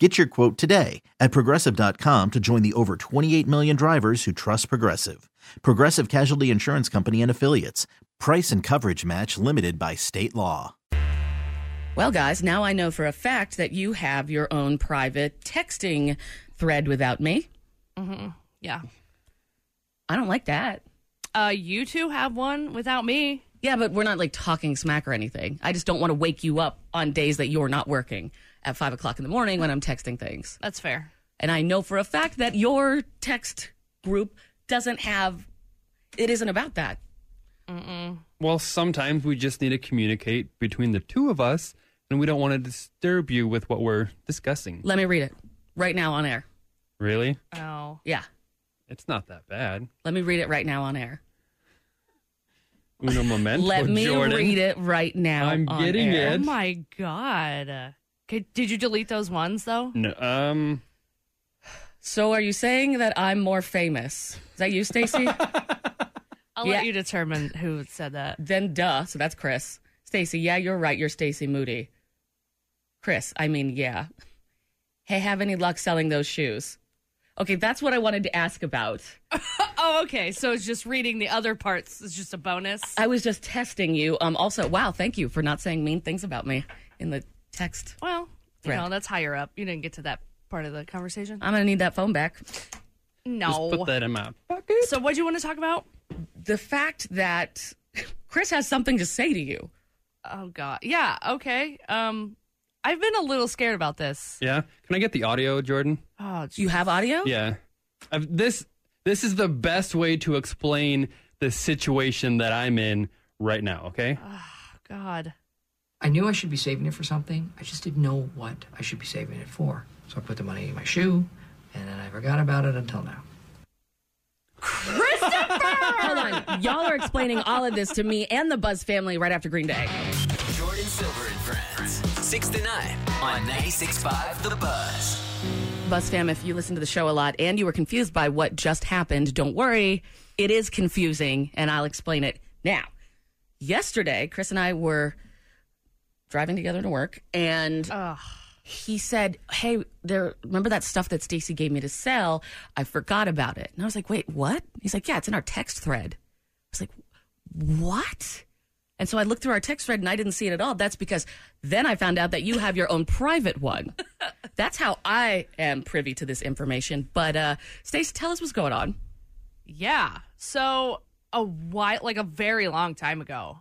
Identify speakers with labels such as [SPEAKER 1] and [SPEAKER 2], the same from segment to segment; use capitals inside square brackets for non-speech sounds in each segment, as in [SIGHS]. [SPEAKER 1] Get your quote today at progressive.com to join the over 28 million drivers who trust Progressive. Progressive Casualty Insurance Company and Affiliates. Price and coverage match limited by state law.
[SPEAKER 2] Well, guys, now I know for a fact that you have your own private texting thread without me.
[SPEAKER 3] Mm-hmm. Yeah.
[SPEAKER 2] I don't like that.
[SPEAKER 3] Uh, you two have one without me.
[SPEAKER 2] Yeah, but we're not like talking smack or anything. I just don't want to wake you up on days that you're not working at five o'clock in the morning when I'm texting things.
[SPEAKER 3] That's fair.
[SPEAKER 2] And I know for a fact that your text group doesn't have, it isn't about that.
[SPEAKER 3] Mm-mm.
[SPEAKER 4] Well, sometimes we just need to communicate between the two of us, and we don't want to disturb you with what we're discussing.
[SPEAKER 2] Let me read it right now on air.
[SPEAKER 4] Really?
[SPEAKER 3] Oh.
[SPEAKER 2] Yeah.
[SPEAKER 4] It's not that bad.
[SPEAKER 2] Let me read it right now on air. [LAUGHS]
[SPEAKER 4] Uno momento,
[SPEAKER 2] Let me
[SPEAKER 4] Jordan.
[SPEAKER 2] read it right now.
[SPEAKER 4] I'm
[SPEAKER 2] on
[SPEAKER 4] getting
[SPEAKER 2] air.
[SPEAKER 3] Oh
[SPEAKER 4] Ed?
[SPEAKER 3] my god. Could, did you delete those ones though?
[SPEAKER 4] No, um,
[SPEAKER 2] So are you saying that I'm more famous? Is that you, Stacy?
[SPEAKER 3] I'll
[SPEAKER 2] Yeah.
[SPEAKER 3] let you determine who said that.
[SPEAKER 2] then duh. So that's Chris. Stacy, yeah, you're right. You're Stacy Moody. Chris, I mean, yeah. Hey, have any luck selling those shoes? Okay, that's what I wanted to ask about.
[SPEAKER 3] Oh, okay. So it's just reading the other parts is just a bonus.
[SPEAKER 2] I was just testing you. Um, also, wow, thank you for not saying mean things about me in the text.
[SPEAKER 3] well, you
[SPEAKER 2] Right.
[SPEAKER 3] know that's higher up. You didn't get to that part of the conversation.
[SPEAKER 2] I'm gonna need that phone back.
[SPEAKER 3] No.
[SPEAKER 4] just put that in my pocket.
[SPEAKER 3] so what do you want to talk about?
[SPEAKER 2] The fact that Chris has something to say to you.
[SPEAKER 3] Oh god. Yeah. Okay. Um, I've been a little scared about this.
[SPEAKER 4] Yeah. Can I get the audio, Jordan?
[SPEAKER 3] Oh,
[SPEAKER 2] You have audio?
[SPEAKER 4] Yeah. I've, this this is the best way to explain the situation that I'm in right now. Okay.
[SPEAKER 2] Uh.
[SPEAKER 3] god.
[SPEAKER 5] I knew I should be saving it for something. I just didn't know what I should be saving it for. So I put the money in my shoe, and then I forgot about it until now.
[SPEAKER 2] Hold on. Y'all are explaining all of this to me and the Buzz family right after Green Day.
[SPEAKER 6] Jordan Silver and Friends. 6 to 9 on 96.5 The Buzz.
[SPEAKER 2] Buzz fam, if you listen to the show a lot and you were confused by what just happened, don't worry. It is confusing, and I'll explain it now. Yesterday, Chris and I were driving together to work, and
[SPEAKER 3] Ugh.
[SPEAKER 2] he said, "Hey, there. Remember that stuff that Stacy gave me to sell? I forgot about it." And I was like, "Wait, what?" He's like, "Yeah, it's in our text thread." I was like, "What?" And so I looked through our text thread and I didn't see it at all. That's because then I found out that you have your own private one. That's how I am privy to this information. But uh Stace, tell us what's going on.
[SPEAKER 3] Yeah. So a while, like a very long time ago,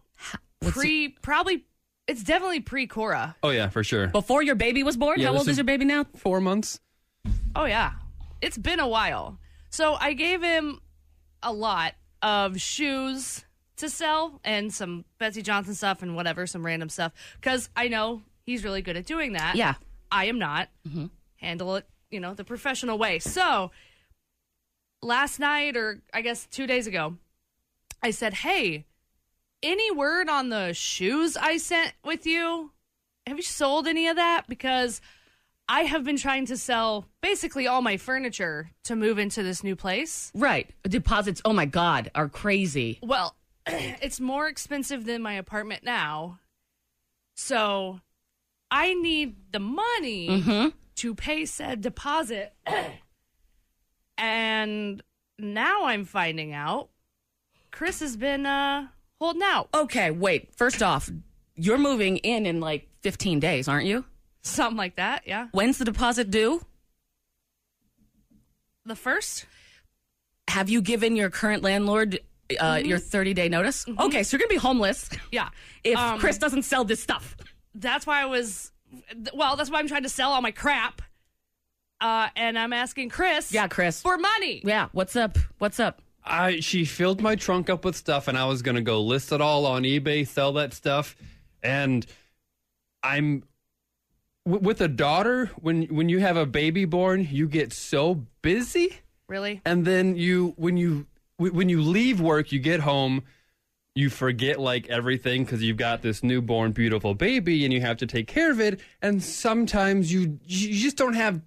[SPEAKER 2] What's it-
[SPEAKER 3] pre probably it's definitely pre Cora.
[SPEAKER 4] Oh yeah, for sure.
[SPEAKER 2] before your baby was born,
[SPEAKER 4] Yeah,
[SPEAKER 2] how
[SPEAKER 4] this
[SPEAKER 2] old is
[SPEAKER 4] is-
[SPEAKER 2] your baby now?
[SPEAKER 4] Four months.
[SPEAKER 3] Oh yeah, it's been a while. So I gave him a lot of shoes to sell and some Betsy Johnson stuff and whatever, some random stuff because I know he's really good at doing that.
[SPEAKER 2] Yeah.
[SPEAKER 3] I am not. Handle it, you know, the professional way. So last night, or I guess two days ago, I said, Hey, any word on the shoes I sent with you? Have you sold any of that? Because I have been trying to sell basically all my furniture to move into this new place.
[SPEAKER 2] Right. Deposits, oh my God, are crazy.
[SPEAKER 3] Well, [CLEARS THROAT] it's more expensive than my apartment now. So I need the money
[SPEAKER 2] Mm-hmm.
[SPEAKER 3] to pay said deposit. [COUGHS] and now I'm finding out Chris has been uh, holding out
[SPEAKER 2] Okay, wait. First off, you're moving in in like 15 days, aren't you?
[SPEAKER 3] something like that. Yeah.
[SPEAKER 2] When's the deposit due?
[SPEAKER 3] The first?
[SPEAKER 2] Have you given your current landlord uh, your 30 day notice? Okay, so you're going to be homeless
[SPEAKER 3] Yeah.
[SPEAKER 2] if
[SPEAKER 3] Um,
[SPEAKER 2] Chris doesn't sell this stuff.
[SPEAKER 3] that's why I was. Well, that's why I'm trying to sell all my crap. Uh, and I'm asking Chris.
[SPEAKER 2] Yeah, Chris.
[SPEAKER 3] For money.
[SPEAKER 2] Yeah, what's up? What's up?
[SPEAKER 4] I she filled my trunk up with stuff and I was gonna go list it all on eBay, sell that stuff, and I'm w- with a daughter. When when you have a baby born, you get so busy,
[SPEAKER 3] Really?
[SPEAKER 4] and then you when you w- when you leave work, you get home. you forget like everything because you've got this newborn beautiful baby and you have to take care of it and sometimes you you just don't have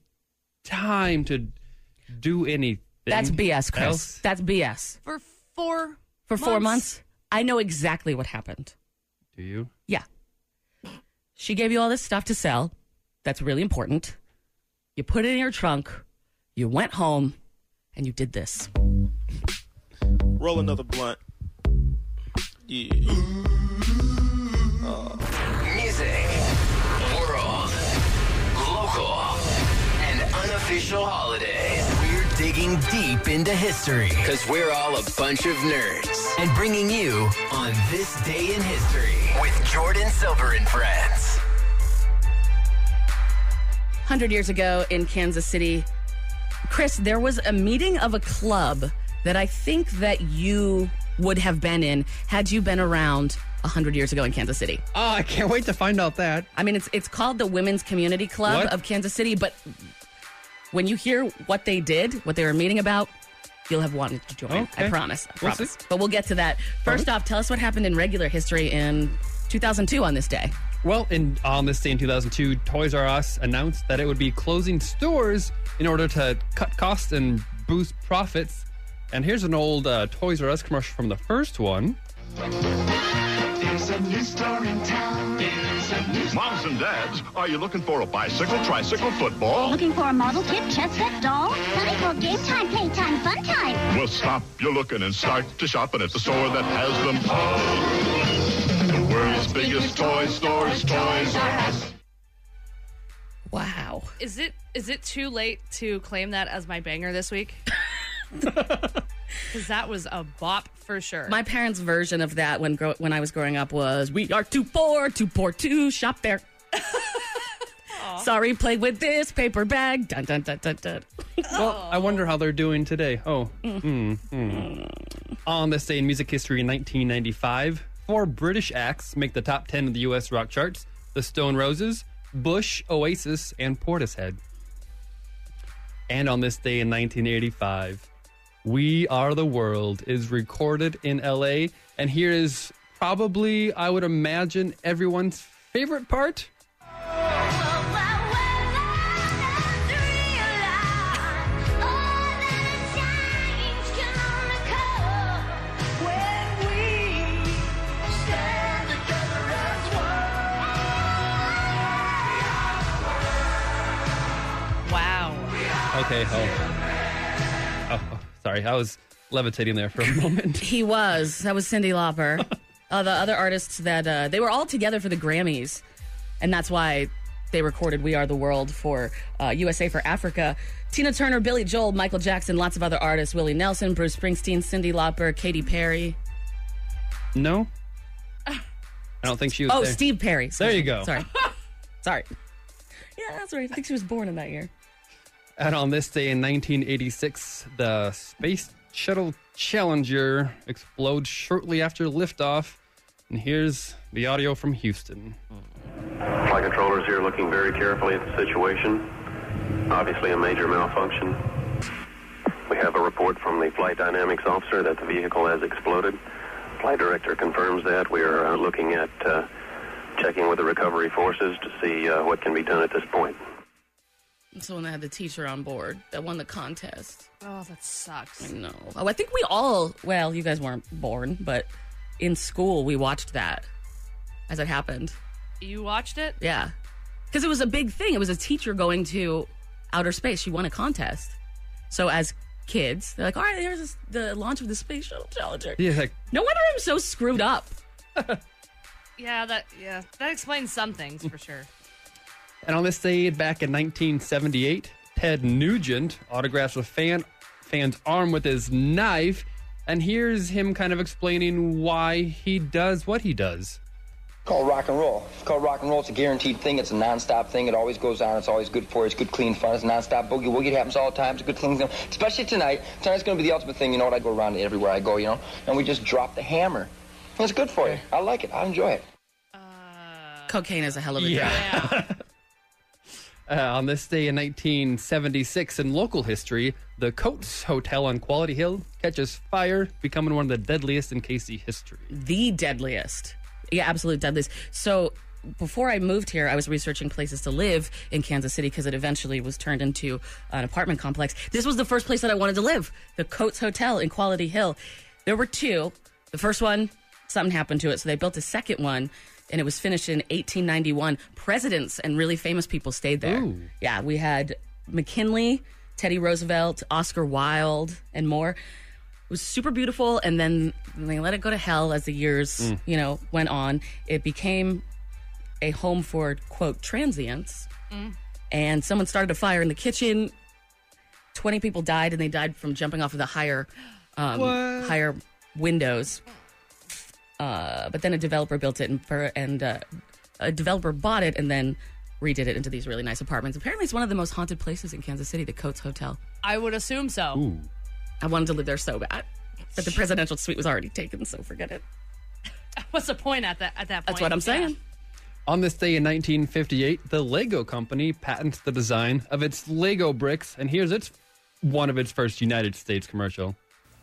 [SPEAKER 4] time to do anything
[SPEAKER 2] That's BS, Chris.
[SPEAKER 4] else.
[SPEAKER 2] That's BS.
[SPEAKER 3] for four
[SPEAKER 2] For four months, I know exactly what happened.
[SPEAKER 4] do you
[SPEAKER 2] Yeah. She gave you all this stuff to sell. That's really important. You put it in your trunk. You went home and you did this.
[SPEAKER 7] Roll another blunt. Yeah.
[SPEAKER 6] Music, world, local, and unofficial holidays. We're digging deep into history because we're all a bunch of nerds and bringing you on this day in history with Jordan Silver and friends.
[SPEAKER 2] 100 years ago in Kansas City, Chris, there was a meeting of a club that I think that you would have been in had you been around 100 years ago in Kansas City.
[SPEAKER 4] oh i can't wait to find out that
[SPEAKER 2] I mean, it's it's called the Women's Community Club
[SPEAKER 4] What?
[SPEAKER 2] of Kansas City, but when you hear what they did, what they were meeting about, you'll have wanted to join. I
[SPEAKER 4] Okay.
[SPEAKER 2] promise. I
[SPEAKER 4] We'll see.
[SPEAKER 2] promise. But we'll get to that. First off, tell us what happened in regular history in 2002 on this day.
[SPEAKER 4] Well, in on this day in 2002, Toys R Us announced that it would be closing stores in order to cut costs and boost profits. And here's an old uh, Toys R Us commercial from the first one.
[SPEAKER 8] There's a new store in town. There's a new
[SPEAKER 9] Moms and dads, are you looking for a bicycle, tricycle, football?
[SPEAKER 8] Looking for a model kit, chess set, doll? Time for game time, playtime, fun time.
[SPEAKER 9] Well, stop your looking and start to shopping at the store that has them all. The world's biggest toy store is Toys R Us.
[SPEAKER 2] Wow.
[SPEAKER 3] Is it is it too late to claim that as my banger this week?
[SPEAKER 2] [LAUGHS]
[SPEAKER 3] [LAUGHS] Because that was a bop for sure.
[SPEAKER 2] My parents' version of that when gro- when I was growing up was "We are too poor, too poor to shop there." [LAUGHS] Sorry, play with this paper bag. Dun dun dun dun dun.
[SPEAKER 4] Well, I wonder how they're doing today. Oh, mm, mm. on this day in music history in 1995, four British acts make the top 10 of the U.S. rock charts: The Stone Roses, Bush, Oasis, and Portishead. And on this day in 1985, "We Are the World" is recorded in L.A. And here is probably, I would imagine, everyone's favorite part.
[SPEAKER 3] wow.
[SPEAKER 4] Okay, oh, oh, sorry, I was levitating there for a [LAUGHS] moment.
[SPEAKER 2] He was. That was Cindy
[SPEAKER 4] [LAUGHS]
[SPEAKER 2] Lauper. uh, the other artists that uh, they were all together for the Grammys, and that's why they recorded "We Are the World" for uh, USA for Africa. Tina Turner, Billy Joel, Michael Jackson, lots of other artists: Willie Nelson, Bruce Springsteen, Cindy Lauper, Katy Perry. [LAUGHS]
[SPEAKER 4] No. I don't think she was
[SPEAKER 2] Oh,
[SPEAKER 4] there.
[SPEAKER 2] Steve Perry. Excuse
[SPEAKER 4] There
[SPEAKER 2] me.
[SPEAKER 4] you go. [LAUGHS]
[SPEAKER 2] Sorry. Sorry. Yeah, that's right. I think she was born in that year.
[SPEAKER 4] And on this day in 1986, the Space Shuttle Challenger explodes shortly after liftoff. And here's the audio from Houston.
[SPEAKER 10] Flight controllers here looking very carefully at the situation. Obviously a major malfunction. We have a report from the flight dynamics officer that the vehicle has exploded. Flight director confirms that. We are uh, looking at uh, checking with the recovery forces to see uh, what can be done at this point.
[SPEAKER 2] Someone that had the teacher on board that won the contest.
[SPEAKER 3] Oh, that sucks.
[SPEAKER 2] No. Oh, I think we all, well, you guys weren't born, but in school we watched that as it happened.
[SPEAKER 3] You watched it?
[SPEAKER 2] Yeah. Because it was a big thing. It was a teacher going to outer space. She won a contest. So as kids, they're like, all right, here's this, the launch of the Space Shuttle Challenger.
[SPEAKER 4] Yeah, like,
[SPEAKER 2] No wonder I'm so screwed up.
[SPEAKER 3] Yeah, that yeah. That explains some things for sure.
[SPEAKER 4] and on this day back in 1978, Ted Nugent autographs a fan fan's arm with his knife. And here's him kind of explaining why he does what he does.
[SPEAKER 11] called rock and roll. It's called rock and roll. It's a guaranteed thing. It's a non-stop thing. It always goes on. It's always good for you. It's good, clean fun. It's non-stop boogie woogie. It happens all the time. It's a good thing. Especially tonight. Tonight's going to be the ultimate thing. You know what? I go around everywhere I go, you know? And we just drop the hammer. And It's good for you. I like it. I enjoy it.
[SPEAKER 2] Cocaine is a hell of a drug.
[SPEAKER 3] Yeah.
[SPEAKER 4] [LAUGHS] Uh, on this day in 1976, in local history, the Coates Hotel on Quality Hill catches fire, becoming one of the deadliest in KC history.
[SPEAKER 2] The deadliest. Yeah, absolute deadliest. So before I moved here, I was researching places to live in Kansas City because it eventually was turned into an apartment complex. This was the first place that I wanted to live, the Coates Hotel in Quality Hill. There were two. The first one, something happened to it, so they built a second one, and it was finished in 1891. Presidents and really famous people stayed there. Yeah, we had McKinley, Teddy Roosevelt, Oscar Wilde, and more. It was super beautiful, and then they let it go to hell as the years,
[SPEAKER 12] Mm.
[SPEAKER 2] you know, went on. It became a home for quote transients and someone started a fire in the kitchen 20 people died and they died from jumping off of the higher um,
[SPEAKER 12] What?
[SPEAKER 2] higher windows uh, but then a developer built it and, per- and uh, a developer bought it and then redid it into these really nice apartments apparently it's one of the most haunted places in kansas city the coates hotel
[SPEAKER 3] I would assume so.
[SPEAKER 2] i wanted to live there so bad but the presidential suite was already taken so forget it
[SPEAKER 3] What's the point at that at that point?
[SPEAKER 2] that's what i'm saying
[SPEAKER 4] On this day in 1958, the Lego company patents the design of its Lego bricks, and here's its one of its first United States commercial.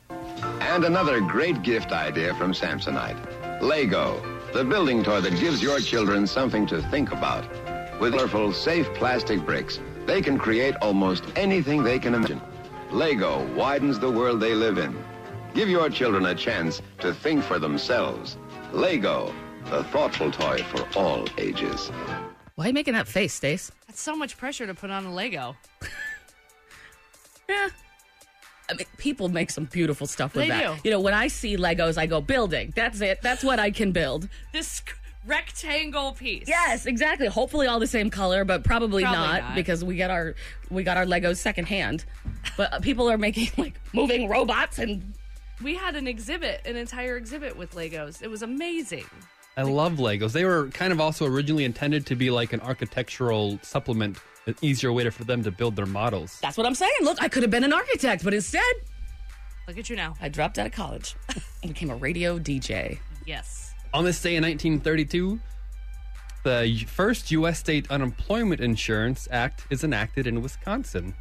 [SPEAKER 13] And another great gift idea from Samsonite Lego, the building toy that gives your children something to think about. With colorful, safe plastic bricks, they can create almost anything they can imagine. Lego widens the world they live in. Give your children a chance to think for themselves. Lego, the thoughtful toy for all ages.
[SPEAKER 2] why are you making that face stace
[SPEAKER 3] That's so much pressure to put on a Lego.
[SPEAKER 2] yeah. I mean, people make some beautiful stuff with
[SPEAKER 3] They
[SPEAKER 2] that.
[SPEAKER 3] do.
[SPEAKER 2] You know, when I see Legos, I go building. That's it. That's what I can build.
[SPEAKER 3] This rectangle piece.
[SPEAKER 2] Yes, exactly. Hopefully, all the same color, but probably,
[SPEAKER 3] Probably
[SPEAKER 2] not,
[SPEAKER 3] not.
[SPEAKER 2] because we got our we got our Legos secondhand. But uh, people are making [LAUGHS] like moving robots and
[SPEAKER 3] We had an exhibit, an entire exhibit with Legos. It was amazing.
[SPEAKER 4] I love Legos. They were kind of also originally intended to be like an architectural supplement, an easier way to- for them to build their models.
[SPEAKER 2] that's what I'm saying. Look, I could have been an architect, but instead,
[SPEAKER 3] look at you now.
[SPEAKER 2] I dropped out of college, [LAUGHS] I became a radio DJ.
[SPEAKER 3] Yes.
[SPEAKER 4] On this day in 1932, the first U.S. state unemployment insurance act is enacted in Wisconsin.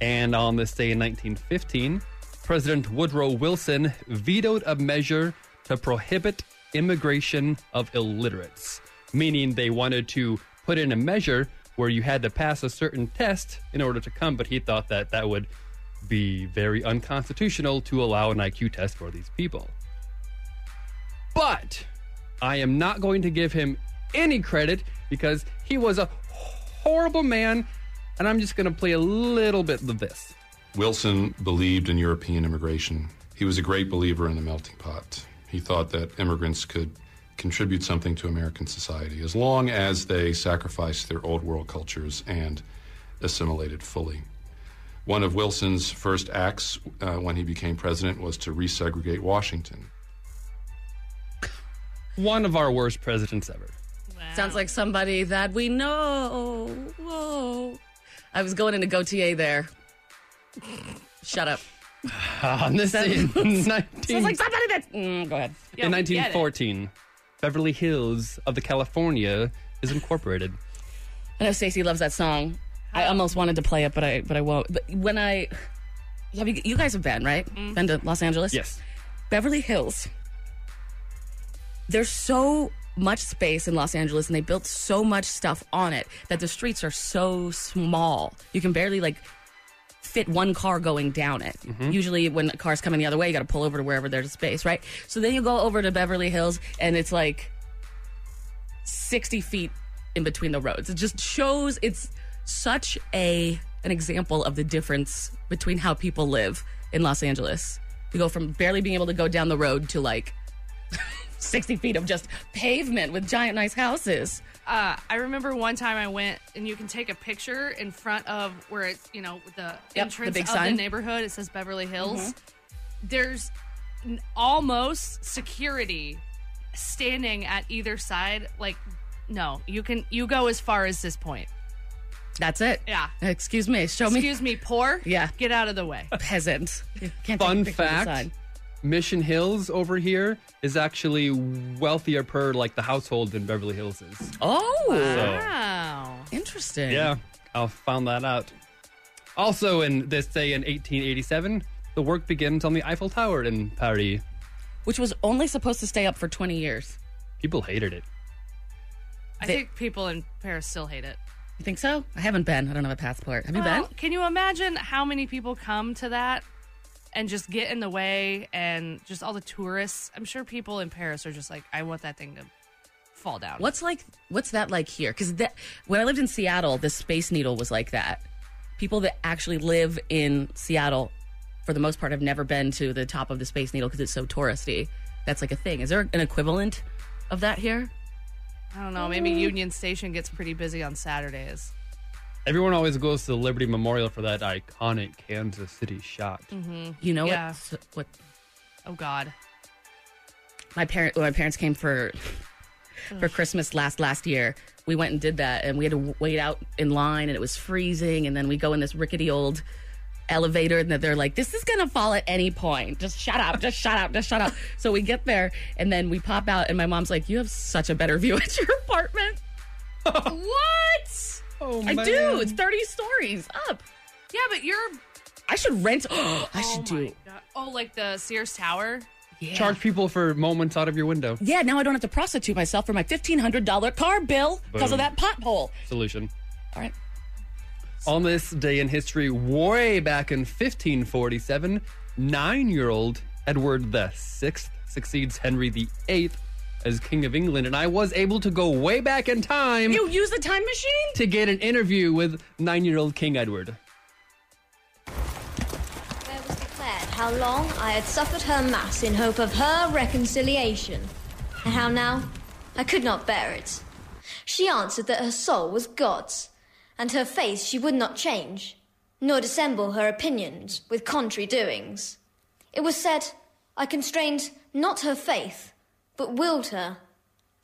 [SPEAKER 4] And on this day in 1915, President Woodrow Wilson vetoed a measure to prohibit immigration of illiterates, meaning they wanted to put in a measure where you had to pass a certain test in order to come, but he thought that that would be very unconstitutional to allow an IQ test for these people. But I am not going to give him any credit because he was a horrible man, and I'm just going to play a little bit of this.
[SPEAKER 14] Wilson believed in European immigration. He was a great believer in the melting pot. He thought that immigrants could contribute something to American society as long as they sacrificed their old world cultures and assimilated fully. One of Wilson's first acts uh, when he became president was to resegregate Washington.
[SPEAKER 4] One of our worst presidents ever.
[SPEAKER 2] Sounds like somebody that we know. Whoa. I was going into Gautier there. Shut up.
[SPEAKER 4] On this day in 19...
[SPEAKER 2] Ah, [LAUGHS] Sounds like somebody that. Mm, go ahead.
[SPEAKER 4] in 1914, Beverly Hills of the California is
[SPEAKER 2] [LAUGHS]
[SPEAKER 4] incorporated.
[SPEAKER 2] I know Stacey loves that song. I almost wanted to play it, but I but I won't. But when I, have you, you guys have been right? Been to Los Angeles?
[SPEAKER 4] Yes.
[SPEAKER 2] Beverly Hills. There's so much space in Los Angeles, and they built so much stuff on it that the streets are so small. You can barely like fit one car going down it. Usually, when a car's coming the other way, you got to pull over to wherever there's space, right? So then you go over to Beverly Hills, and it's like 60 feet in between the roads. It just shows it's such a an example of the difference between how people live in Los Angeles. You go from barely being able to go down the road to like [LAUGHS] 60 feet of just pavement with giant nice houses.
[SPEAKER 3] Uh, I remember one time I went, and you can take a picture in front of where it's, you know, with the
[SPEAKER 2] the
[SPEAKER 3] entrance
[SPEAKER 2] big
[SPEAKER 3] of
[SPEAKER 2] sign.
[SPEAKER 3] the neighborhood. It says Beverly Hills.
[SPEAKER 2] Mhm.
[SPEAKER 3] There's n- almost security standing at either side. Like, no, you can you go as far as this point.
[SPEAKER 2] That's it.
[SPEAKER 3] Yeah.
[SPEAKER 2] [LAUGHS] Excuse me. Show me
[SPEAKER 3] Excuse me, poor.
[SPEAKER 2] Yeah. Oh.
[SPEAKER 3] Get out of the way. [LAUGHS]
[SPEAKER 2] peasant. You can't take a
[SPEAKER 4] Fun
[SPEAKER 2] picture of the
[SPEAKER 4] fact
[SPEAKER 2] sign.
[SPEAKER 4] Mission Hills over here is actually wealthier per like the household than Beverly Hills is.
[SPEAKER 2] Oh.
[SPEAKER 4] So,
[SPEAKER 3] Wow.
[SPEAKER 2] Interesting.
[SPEAKER 4] Yeah, I found that out. Also, in this day in 1887, the work begins on the Eiffel Tower in Paris.
[SPEAKER 2] Which was only supposed to stay up for 20 years.
[SPEAKER 4] People hated it.
[SPEAKER 3] I think people in Paris still hate it.
[SPEAKER 2] You think so? I haven't been. I don't have a passport. Have you
[SPEAKER 3] Well,
[SPEAKER 2] been?
[SPEAKER 3] Can you imagine how many people come to that and just get in the way and just all the tourists? I'm sure people in Paris are just like, I want that thing to fall down.
[SPEAKER 2] What's like? What's that like here? Because that when I lived in Seattle, the Space Needle was like that. People that actually live in Seattle, for the most part, have never been to the top of the Space Needle because it's so touristy. That's like a thing. Is there an equivalent of that here?
[SPEAKER 3] I don't know. Maybe
[SPEAKER 2] Mm.
[SPEAKER 3] Union Station gets pretty busy on Saturdays.
[SPEAKER 4] Everyone always goes to the Liberty Memorial for that iconic Kansas City shot.
[SPEAKER 3] Mm-hmm.
[SPEAKER 2] You know
[SPEAKER 3] yeah.
[SPEAKER 2] what? What
[SPEAKER 3] Oh God.
[SPEAKER 2] my parent when my parents came for for Christmas last last year, we went and did that, and we had to w- wait out in line, and it was freezing, and then we go in this rickety old elevator, and they're like, "This is gonna fall at any point. Just shut up. Just shut up. Just shut up." So we get there, and then we pop out, and my mom's like, "You have such a better view [LAUGHS] at your apartment." what?
[SPEAKER 4] Oh,
[SPEAKER 2] I
[SPEAKER 3] man.
[SPEAKER 2] do. It's thirty stories up.
[SPEAKER 3] Yeah, but you're.
[SPEAKER 2] I should rent. [GASPS] I should do.
[SPEAKER 3] Oh, like the Sears Tower.
[SPEAKER 4] Charge people for moments out of your window.
[SPEAKER 2] Yeah, now I don't have to prostitute myself for my fifteen hundred dollar car bill because of
[SPEAKER 4] Boom.
[SPEAKER 2] that pothole.
[SPEAKER 4] Solution.
[SPEAKER 2] All right.
[SPEAKER 4] On this day in history, way back in 1547, nine-year-old Edward the Sixth succeeds Henry the Eighth as King of England, and I was able to go way back in time
[SPEAKER 2] You use the time machine?
[SPEAKER 4] to get an interview with nine-year-old King Edward.
[SPEAKER 12] declared how long I had suffered her mass in hope of her reconciliation, and how now I could not bear it. She answered that her soul was God's, and her face she would not change, nor dissemble her opinions with contrary doings. It was said, I constrained not her faith, but willed her,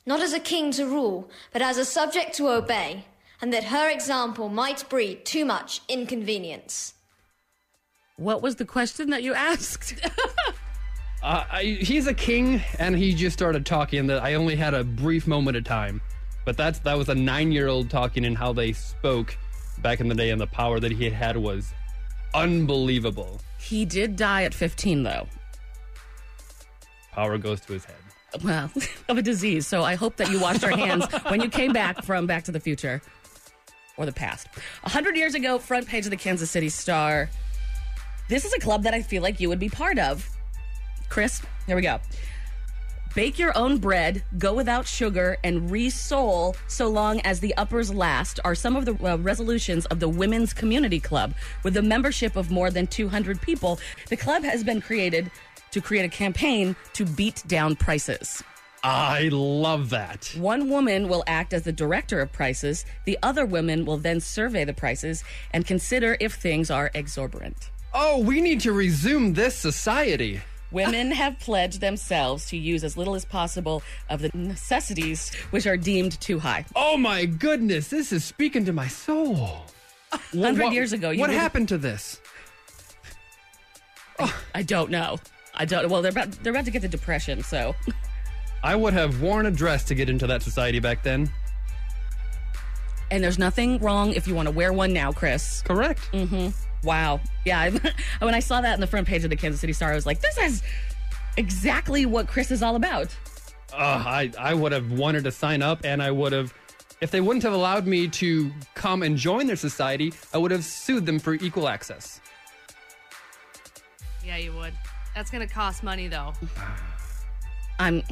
[SPEAKER 12] not as a king to rule, but as a subject to obey, and that her example might breed too much inconvenience.
[SPEAKER 2] What was the question that you asked? [LAUGHS]
[SPEAKER 4] Uh, I, he's a king, and he just started talking. That I only had a brief moment of time, but that's that was a nine-year-old talking, and how they spoke back in the day, and the power that he had had was unbelievable.
[SPEAKER 2] he did die at 15, though.
[SPEAKER 4] Power goes to his head.
[SPEAKER 2] Well, [LAUGHS] of a disease. So I hope that you washed your hands when you came back from Back to the Future or the past. A hundred years ago, front page of the Kansas City Star. This is a club that I feel like you would be part of. Chris, here we go. Bake your own bread, go without sugar, and re-soul so long as the uppers last are some of the uh, resolutions of the Women's Community Club with a membership of more than 200 people. The club has been created to create a campaign to beat down prices.
[SPEAKER 4] I love that.
[SPEAKER 2] One woman will act as the director of prices, the other women will then survey the prices and consider if things are exorbitant.
[SPEAKER 4] Oh, we need to resume this society.
[SPEAKER 2] Women have pledged themselves to use as little as possible of the necessities which are deemed too high.
[SPEAKER 4] Oh my goodness, this is speaking to
[SPEAKER 2] [LAUGHS]
[SPEAKER 4] my soul.
[SPEAKER 2] Hundred years ago, you
[SPEAKER 4] what
[SPEAKER 2] would've-
[SPEAKER 4] happened to this?
[SPEAKER 2] I don't know. I don't. Well, they're about they're about to get the depression, so
[SPEAKER 4] I would have worn a dress to get into that society back then.
[SPEAKER 2] and there's nothing wrong if you want to wear one now, Chris.
[SPEAKER 4] Correct.
[SPEAKER 3] Mm.
[SPEAKER 2] Mm-hmm. Wow. Yeah. I, [LAUGHS] when I saw that in the front page of the Kansas City Star, I was like, this is exactly what Chris is all about.
[SPEAKER 4] Uh, I I would have wanted to sign up, and I would have, if they wouldn't have allowed me to come and join their society, I would have sued them for equal access.
[SPEAKER 3] Yeah, you would. That's gonna cost money though.
[SPEAKER 2] I'm.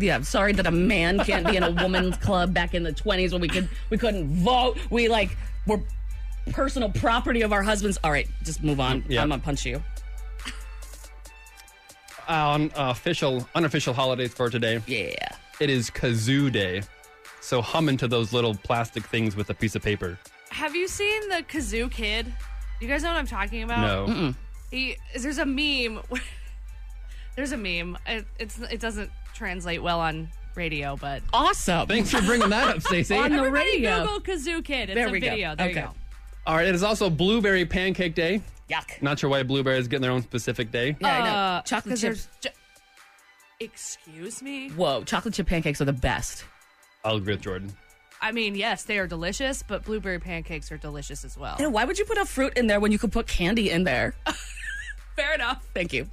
[SPEAKER 2] Yeah, I'm sorry that a man can't be in a woman's club back in the 20s when we could we couldn't vote. We like were personal property of our husbands. All right, just move on. I'm gonna punch you.
[SPEAKER 4] on official unofficial holidays for today.
[SPEAKER 2] Yeah.
[SPEAKER 4] It is kazoo day. So hum into those little plastic things with a piece of paper.
[SPEAKER 3] Have you seen the Kazoo Kid? You guys know what I'm talking about?
[SPEAKER 4] No. Mm-mm.
[SPEAKER 3] He there's a meme. where- [LAUGHS] there's a meme. It, it's it doesn't translate well on radio, but
[SPEAKER 2] Awesome.
[SPEAKER 4] Thanks for bringing that up, Stacey.
[SPEAKER 3] [LAUGHS] on the radio. Oh, Google Kazoo Kid. It's
[SPEAKER 4] There
[SPEAKER 3] a
[SPEAKER 4] we go.
[SPEAKER 3] video. There
[SPEAKER 4] Okay.
[SPEAKER 3] you go.
[SPEAKER 4] All right, it is also Blueberry Pancake Day.
[SPEAKER 2] Yuck.
[SPEAKER 4] Not sure why blueberries get their own specific day.
[SPEAKER 3] Uh,
[SPEAKER 2] Chocolate
[SPEAKER 3] 'cause
[SPEAKER 2] chips.
[SPEAKER 3] there's ju- Excuse me.
[SPEAKER 2] Whoa, chocolate chip pancakes are the best.
[SPEAKER 4] I'll agree with Jordan.
[SPEAKER 3] I mean, yes, they are delicious, but blueberry pancakes are delicious as well.
[SPEAKER 2] Yeah, why would you put a fruit in there when you could put candy in there? [LAUGHS]
[SPEAKER 3] Fair enough.
[SPEAKER 2] Thank you.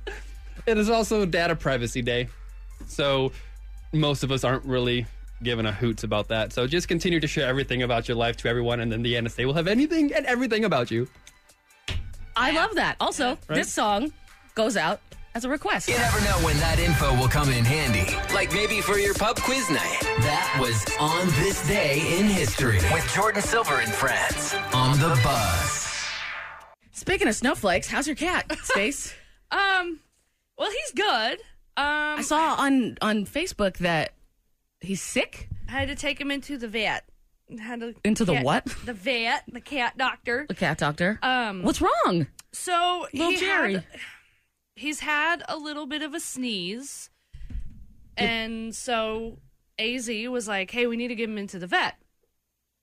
[SPEAKER 4] It is also Data Privacy Day. So most of us aren't really giving a hoots about that. So just continue to share everything about your life to everyone, and then the NSA will have anything and everything about you.
[SPEAKER 2] I love that. Also, this song goes out as a request.
[SPEAKER 6] You never know when that info will come in handy. Like maybe for your pub quiz night. That was On This Day in History with Jordan Silver and friends on the bus.
[SPEAKER 2] Speaking of snowflakes, how's your [LAUGHS] cat, Space?
[SPEAKER 3] Um, well, he's good. Um,
[SPEAKER 2] I saw on on Facebook that he's sick.
[SPEAKER 3] I had to take him into the vet. Had to
[SPEAKER 2] Into the
[SPEAKER 3] cat-
[SPEAKER 2] what?
[SPEAKER 3] The vet, the cat doctor.
[SPEAKER 2] The cat doctor.
[SPEAKER 3] Um,
[SPEAKER 2] What's wrong?
[SPEAKER 3] So
[SPEAKER 2] Little
[SPEAKER 3] he
[SPEAKER 2] Jerry.
[SPEAKER 3] had- he's had a little bit of a sneeze, and so Az was like, "Hey, we need to get him into the vet."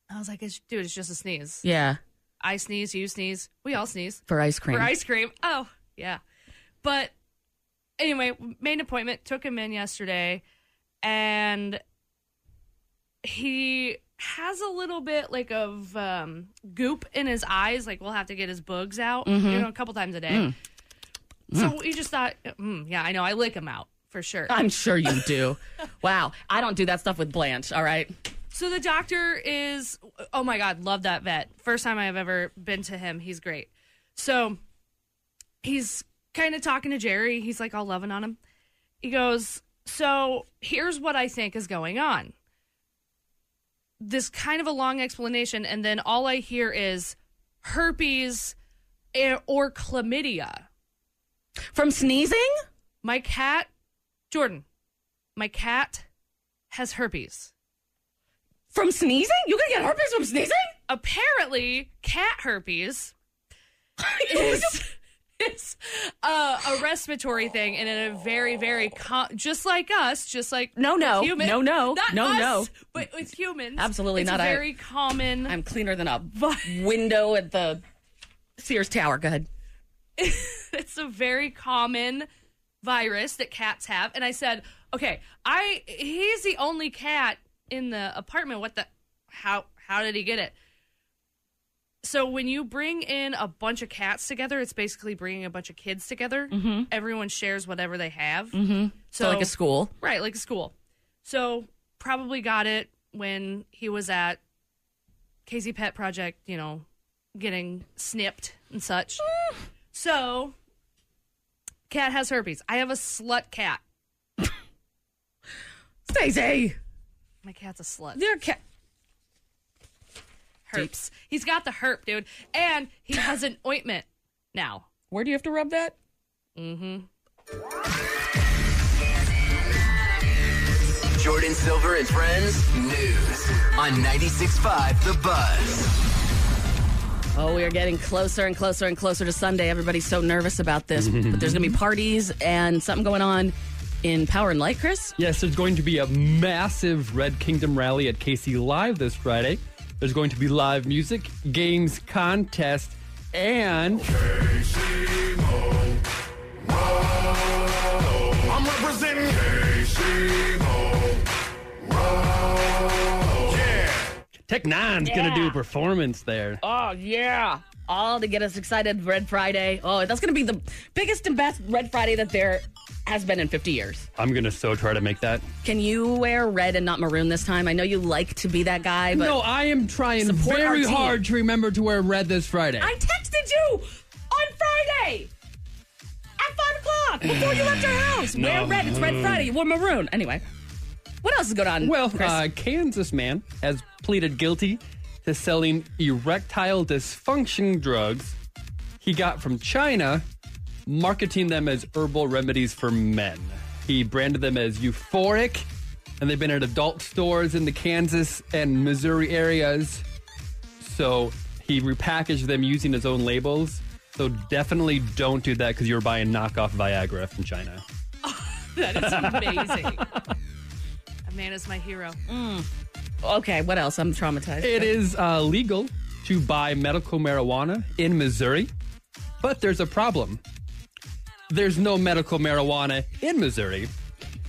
[SPEAKER 3] I was like, it's, "Dude, it's just a sneeze.
[SPEAKER 2] yeah,
[SPEAKER 3] I sneeze, you sneeze, we all sneeze
[SPEAKER 2] for ice cream.
[SPEAKER 3] for ice cream." Oh, yeah. But anyway, made an appointment, took him in yesterday, and he has a little bit like of um, goop in his eyes. Like we'll have to get his bugs out, you
[SPEAKER 2] Mhm.
[SPEAKER 3] know, a couple times a day.
[SPEAKER 2] Mm.
[SPEAKER 3] So we just thought, mm, yeah, I know, I lick him out for sure.
[SPEAKER 2] I'm sure you [LAUGHS] do. wow, I don't do that stuff with Blanche. All right.
[SPEAKER 3] So the doctor is, oh my God, love that vet. First time I've ever been to him. He's great. So he's kind of talking to Jerry. He's like all loving on him. He goes, So here's what I think is going on. This kind of a long explanation. And then all I hear is herpes eh, or chlamydia.
[SPEAKER 2] From sneezing?
[SPEAKER 3] My cat, Jordan, my cat has herpes.
[SPEAKER 2] From sneezing? You gonna get herpes from sneezing? [LAUGHS]
[SPEAKER 3] Apparently, cat herpes is, is uh, a respiratory thing, and in a very, very com- just like us, just like
[SPEAKER 2] No, no.
[SPEAKER 3] with human-
[SPEAKER 2] No, no.
[SPEAKER 3] not
[SPEAKER 2] No,
[SPEAKER 3] us,
[SPEAKER 2] no.
[SPEAKER 3] but with humans,
[SPEAKER 2] Absolutely
[SPEAKER 3] it's
[SPEAKER 2] not. I-
[SPEAKER 3] Very common.
[SPEAKER 2] I'm cleaner than a window at the Sears Tower. Go ahead.
[SPEAKER 3] [LAUGHS] it's a very common virus that cats have. And I said, okay, I he's the only cat in the apartment. What the how how did he get it? So when you bring in a bunch of cats together, it's basically bringing a bunch of kids together.
[SPEAKER 2] Mhm.
[SPEAKER 3] Everyone shares whatever they have.
[SPEAKER 2] Mm-hmm. So,
[SPEAKER 3] So-
[SPEAKER 2] like a school.
[SPEAKER 3] Right, like a school. So probably got it when he was at Casey Pet Project, you know, getting snipped and such. so cat has herpes. I have a slut cat.
[SPEAKER 2] Stacey,
[SPEAKER 3] My cat's a slut.
[SPEAKER 2] your cat.
[SPEAKER 3] Herpes. He's got the herp, dude. And he has an [LAUGHS] ointment now.
[SPEAKER 2] Where do you have to rub that?
[SPEAKER 3] Mm-hmm.
[SPEAKER 6] Jordan Silver and friends news on 96.5 The Buzz.
[SPEAKER 2] Oh, we are getting closer and closer and closer to Sunday. Everybody's so nervous about this, but there's going to be parties and something going on in Power and Light, Chris.
[SPEAKER 4] Yes, there's going to be a massive Red Kingdom rally at KC Live this Friday. There's going to be live music, games, contest, and
[SPEAKER 8] I'm representing KCMO.
[SPEAKER 4] Tech Nine's gonna
[SPEAKER 2] Yeah.
[SPEAKER 4] do a performance there.
[SPEAKER 2] Oh, yeah. All to get us excited, Red Friday. Oh, that's going to be the biggest and best Red Friday that there has been in 50 years.
[SPEAKER 4] I'm gonna so try to make that.
[SPEAKER 2] Can you wear red and not maroon this time? I know you like to be that guy, but.
[SPEAKER 4] no, I am trying
[SPEAKER 2] Support our
[SPEAKER 4] very
[SPEAKER 2] team.
[SPEAKER 4] hard to remember to wear red this Friday.
[SPEAKER 2] I texted you on Friday at 5 o'clock before you left your house.
[SPEAKER 4] No.
[SPEAKER 2] Wear red. It's Red Friday. You wore maroon. Anyway, what else is going on?
[SPEAKER 4] Well,
[SPEAKER 2] Chris?
[SPEAKER 4] uh, Kansas man has pleaded guilty to selling erectile dysfunction drugs he got from China, marketing them as herbal remedies for men. He branded them as euphoric, and they've been at adult stores in the Kansas and Missouri areas. So he repackaged them using his own labels. So definitely don't do that because you're buying knockoff Viagra from China.
[SPEAKER 3] That is amazing. a man is my hero.
[SPEAKER 2] okay, what else? I'm traumatized.
[SPEAKER 4] It is uh, legal to buy medical marijuana in Missouri, but there's a problem. There's no medical marijuana in Missouri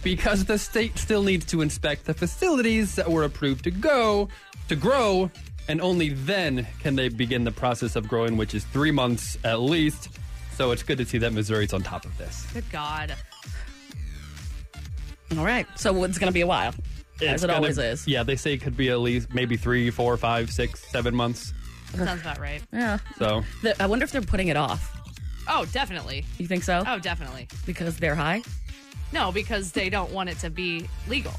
[SPEAKER 4] because the state still needs to inspect the facilities that were approved to go to grow, and only then can they begin the process of growing, which is three months at least. So it's good to see that Missouri's on top of this.
[SPEAKER 3] Good God.
[SPEAKER 2] All right. So it's going to be a while, as it
[SPEAKER 4] gonna-
[SPEAKER 2] always is.
[SPEAKER 4] Yeah, they say it could be at least maybe three, four, five, six, seven months.
[SPEAKER 3] Sounds about right.
[SPEAKER 2] Yeah.
[SPEAKER 4] So
[SPEAKER 2] The- I wonder if they're putting it off.
[SPEAKER 3] Oh, definitely.
[SPEAKER 2] You think so?
[SPEAKER 3] Oh, definitely.
[SPEAKER 2] Because they're high?
[SPEAKER 3] No, because they don't want it to be legal.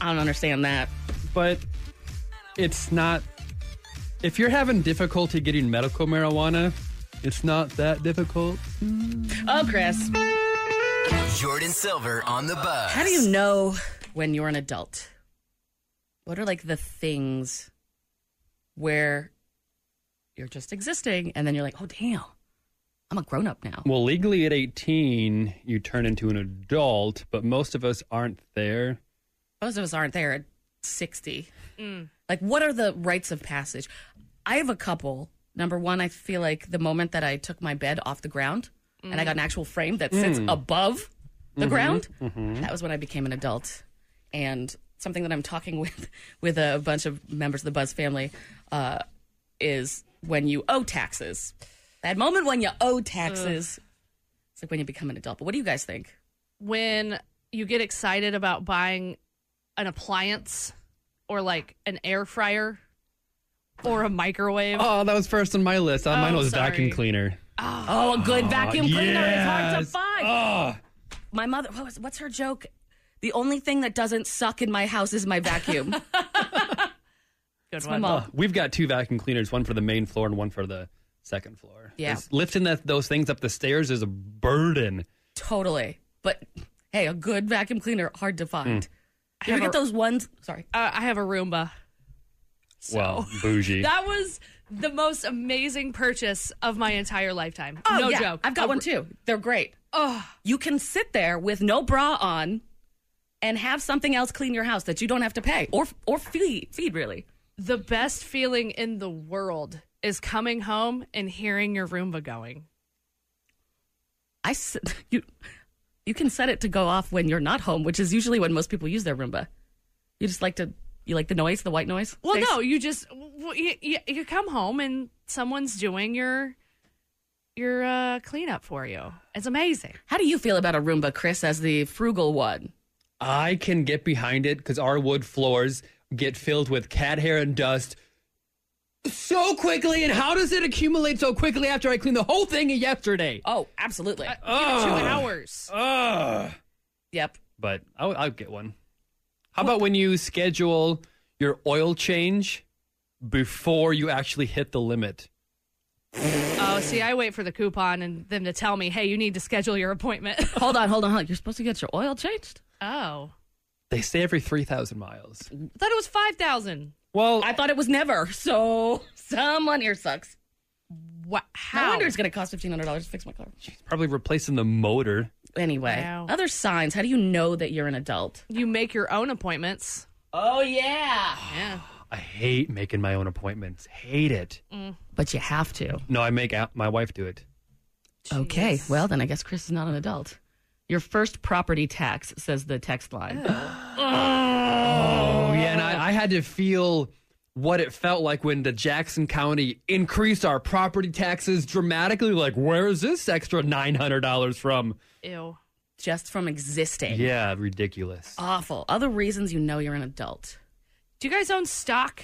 [SPEAKER 2] I don't understand that.
[SPEAKER 4] But it's not. If you're having difficulty getting medical marijuana, it's not that difficult.
[SPEAKER 2] Oh, Chris.
[SPEAKER 6] Jordan Silver on the bus.
[SPEAKER 2] How do you know when you're an adult? What are like the things where you're just existing and then you're like, oh, damn, I'm a grown up now?
[SPEAKER 4] Well, legally at 18, you turn into an adult, but most of us aren't there.
[SPEAKER 2] Most of us aren't there at 60.
[SPEAKER 3] Mm.
[SPEAKER 2] Like, what are the rites of passage? I have a couple. Number one, I feel like the moment that I took my bed off the ground and I got an actual frame that sits
[SPEAKER 4] Mm.
[SPEAKER 2] above the
[SPEAKER 4] Mhm,
[SPEAKER 2] ground,
[SPEAKER 4] mhm.
[SPEAKER 2] that was when I became an adult. And something that I'm talking [LAUGHS] with with a bunch of members of the Buzz family uh, is when you owe taxes. That moment when you owe taxes, it's like when you become an adult. But what do you guys think?
[SPEAKER 3] When you get excited about buying an appliance or like an air fryer or a microwave.
[SPEAKER 4] Oh, that was first on my list. Uh,
[SPEAKER 3] Oh,
[SPEAKER 4] mine was
[SPEAKER 3] sorry.
[SPEAKER 4] vacuum cleaner.
[SPEAKER 2] Oh, a good vacuum cleaner is hard to
[SPEAKER 4] yes.
[SPEAKER 2] find.
[SPEAKER 4] Ah.
[SPEAKER 2] My mother, what was, what's her joke? The only thing that doesn't suck in my house is my
[SPEAKER 3] [LAUGHS]
[SPEAKER 2] vacuum.
[SPEAKER 3] Good
[SPEAKER 2] one. my mom.
[SPEAKER 4] Oh, we've got two vacuum cleaners, one for the main floor and one for the second floor.
[SPEAKER 2] Yeah.
[SPEAKER 4] It's- lifting that, those things up the stairs is a burden.
[SPEAKER 2] totally. But hey, a good vacuum cleaner, hard to find.
[SPEAKER 4] Mm.
[SPEAKER 2] You ever
[SPEAKER 3] have
[SPEAKER 2] get
[SPEAKER 3] a-
[SPEAKER 2] those ones? Sorry.
[SPEAKER 3] Uh, I have a Roomba.
[SPEAKER 4] Well,
[SPEAKER 3] [LAUGHS]
[SPEAKER 4] bougie.
[SPEAKER 3] That was the most amazing purchase of my entire lifetime. no
[SPEAKER 2] Oh, yeah,
[SPEAKER 3] joke.
[SPEAKER 2] I've got
[SPEAKER 3] A-
[SPEAKER 2] one too. They're great.
[SPEAKER 3] Oh,
[SPEAKER 2] You can sit there with no bra on and have something else clean your house that you don't have to pay or or feed, feed really.
[SPEAKER 3] the best feeling in the world is coming home and hearing your Roomba going.
[SPEAKER 2] I s- [LAUGHS] you you can set it to go off when you're not home, which is usually when most people use their Roomba. You just like to you like the noise, the white noise.
[SPEAKER 3] Well,
[SPEAKER 2] Stace?
[SPEAKER 3] no, you just well, you, you, you come home and someone's doing your your uh, cleanup for you. It's amazing.
[SPEAKER 2] How do you feel about a Roomba, Chris, as the frugal one?
[SPEAKER 4] I can get behind it because our wood floors get filled with cat hair and dust so quickly. And how does it accumulate so quickly after I cleaned the whole thing yesterday?
[SPEAKER 2] Oh, absolutely.
[SPEAKER 3] Give it
[SPEAKER 4] Ugh.
[SPEAKER 3] two hours.
[SPEAKER 4] Ugh.
[SPEAKER 2] yep.
[SPEAKER 4] But I'll, I'll get one. How about when you schedule your oil change before you actually hit the limit?
[SPEAKER 3] Oh, see, I wait for the coupon and them to tell me, "Hey, you need to schedule your appointment." [LAUGHS]
[SPEAKER 2] Hold on, hold on, hold on. You're supposed to get your oil changed.
[SPEAKER 3] oh,
[SPEAKER 4] They say every 3,000 miles.
[SPEAKER 3] I thought it was five thousand.
[SPEAKER 4] Well,
[SPEAKER 2] I thought it was never. So [LAUGHS] someone here sucks.
[SPEAKER 3] What?
[SPEAKER 2] No
[SPEAKER 3] How?
[SPEAKER 2] wonder it's going to cost fifteen hundred dollars to fix my car.
[SPEAKER 4] probably replacing the motor.
[SPEAKER 2] Anyway,
[SPEAKER 3] Wow.
[SPEAKER 2] other signs. How do you know that you're an adult?
[SPEAKER 3] you make your own appointments.
[SPEAKER 2] Oh yeah,
[SPEAKER 3] Yeah.
[SPEAKER 4] I hate making my own appointments. Hate it.
[SPEAKER 2] but you have to.
[SPEAKER 4] No, I make out my wife do it.
[SPEAKER 2] Okay, well then I guess Chris is not an adult. Your first property tax says the text line.
[SPEAKER 4] Oh yeah, and I, I had to feel what it felt like when the Jackson County increased our property taxes dramatically. Like, where is this extra nine hundred dollars from?
[SPEAKER 3] [SIGHS] Ew.
[SPEAKER 2] Just from existing.
[SPEAKER 4] Yeah, ridiculous.
[SPEAKER 2] Awful. Other reasons you know you're an adult.
[SPEAKER 3] Do you guys own stock?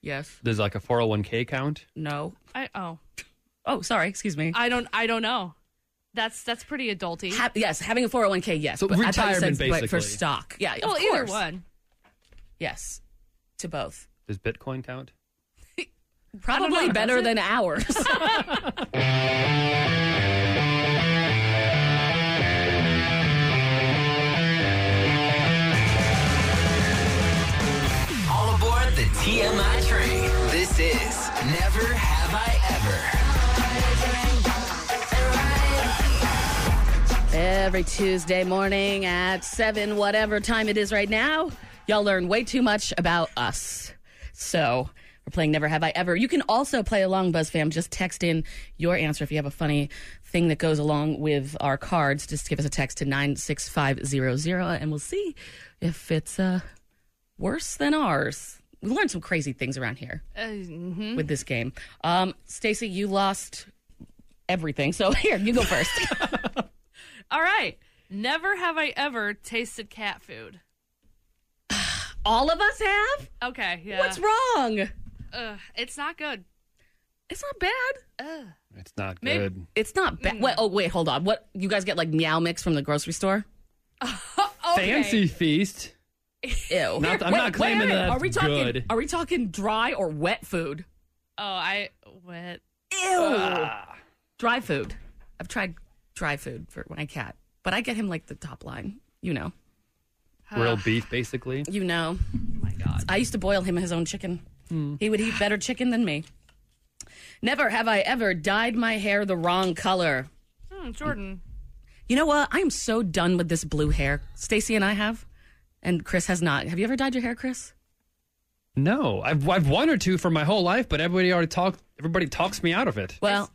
[SPEAKER 2] Yes.
[SPEAKER 4] There's like a four hundred one k count.
[SPEAKER 2] No.
[SPEAKER 3] I oh,
[SPEAKER 2] Oh, sorry. Excuse me.
[SPEAKER 3] I don't. I don't know. That's that's pretty adulty.
[SPEAKER 2] Ha- yes, having a 401k, yes.
[SPEAKER 4] So
[SPEAKER 2] but I thought you
[SPEAKER 4] retirement,
[SPEAKER 2] said, But for
[SPEAKER 4] basically.
[SPEAKER 2] stock. Yeah, of
[SPEAKER 3] well, either
[SPEAKER 2] course.
[SPEAKER 3] one.
[SPEAKER 2] Yes, to both.
[SPEAKER 4] Does Bitcoin count?
[SPEAKER 2] Probably
[SPEAKER 3] know,
[SPEAKER 2] better
[SPEAKER 3] does it?
[SPEAKER 2] than [LAUGHS] ours.
[SPEAKER 6] All aboard the TMI train. This is Never Have I Ever.
[SPEAKER 2] Every Tuesday morning at 7, whatever time it is right now, y'all learn way too much about us. So we're playing Never Have I Ever. You can also play along, BuzzFam. Just text in your answer if you have a funny thing that goes along with our cards. Just give us a text to 96500 and we'll see if it's uh, worse than ours. we learned some crazy things around here
[SPEAKER 3] Uh, mhm.
[SPEAKER 2] with this game. Um, Stacy, you lost everything, so [LAUGHS] here you go first.
[SPEAKER 3] All right. Never have I ever tasted cat food.
[SPEAKER 2] All of us have.
[SPEAKER 3] Okay. Yeah.
[SPEAKER 2] What's wrong?
[SPEAKER 3] Ugh, it's not good.
[SPEAKER 2] It's not bad.
[SPEAKER 3] Ugh.
[SPEAKER 4] It's not good.
[SPEAKER 2] Maybe- It's not
[SPEAKER 4] Mm.
[SPEAKER 2] bad. Wait, oh wait, hold on. What you guys get like meow mix from the grocery store?
[SPEAKER 3] Oh,
[SPEAKER 4] Fancy feast.
[SPEAKER 2] Ew.
[SPEAKER 4] Not-
[SPEAKER 2] Wait,
[SPEAKER 4] I'm not
[SPEAKER 2] wait a
[SPEAKER 4] claiming
[SPEAKER 2] minute.
[SPEAKER 4] that
[SPEAKER 2] Are we
[SPEAKER 4] that's
[SPEAKER 2] talking?
[SPEAKER 4] good.
[SPEAKER 2] Are we talking dry or wet food?
[SPEAKER 3] Oh, I wet.
[SPEAKER 2] Ew. Dry food. I've tried dry food for my cat, but I get him like the top line. You know.
[SPEAKER 4] Real beef, basically.
[SPEAKER 2] You know. my God. I used to boil him his own chicken. He would eat better chicken than me. Never have I ever dyed my hair the wrong color.
[SPEAKER 3] Hmm, Jordan.
[SPEAKER 2] You know what? I am so done with this blue hair. Stacy and I have, and Chris has not. Have you ever dyed your hair, Chris?
[SPEAKER 4] No, I've I've one or two for my whole life, but everybody already talked. Everybody talks me out of it.
[SPEAKER 2] Well,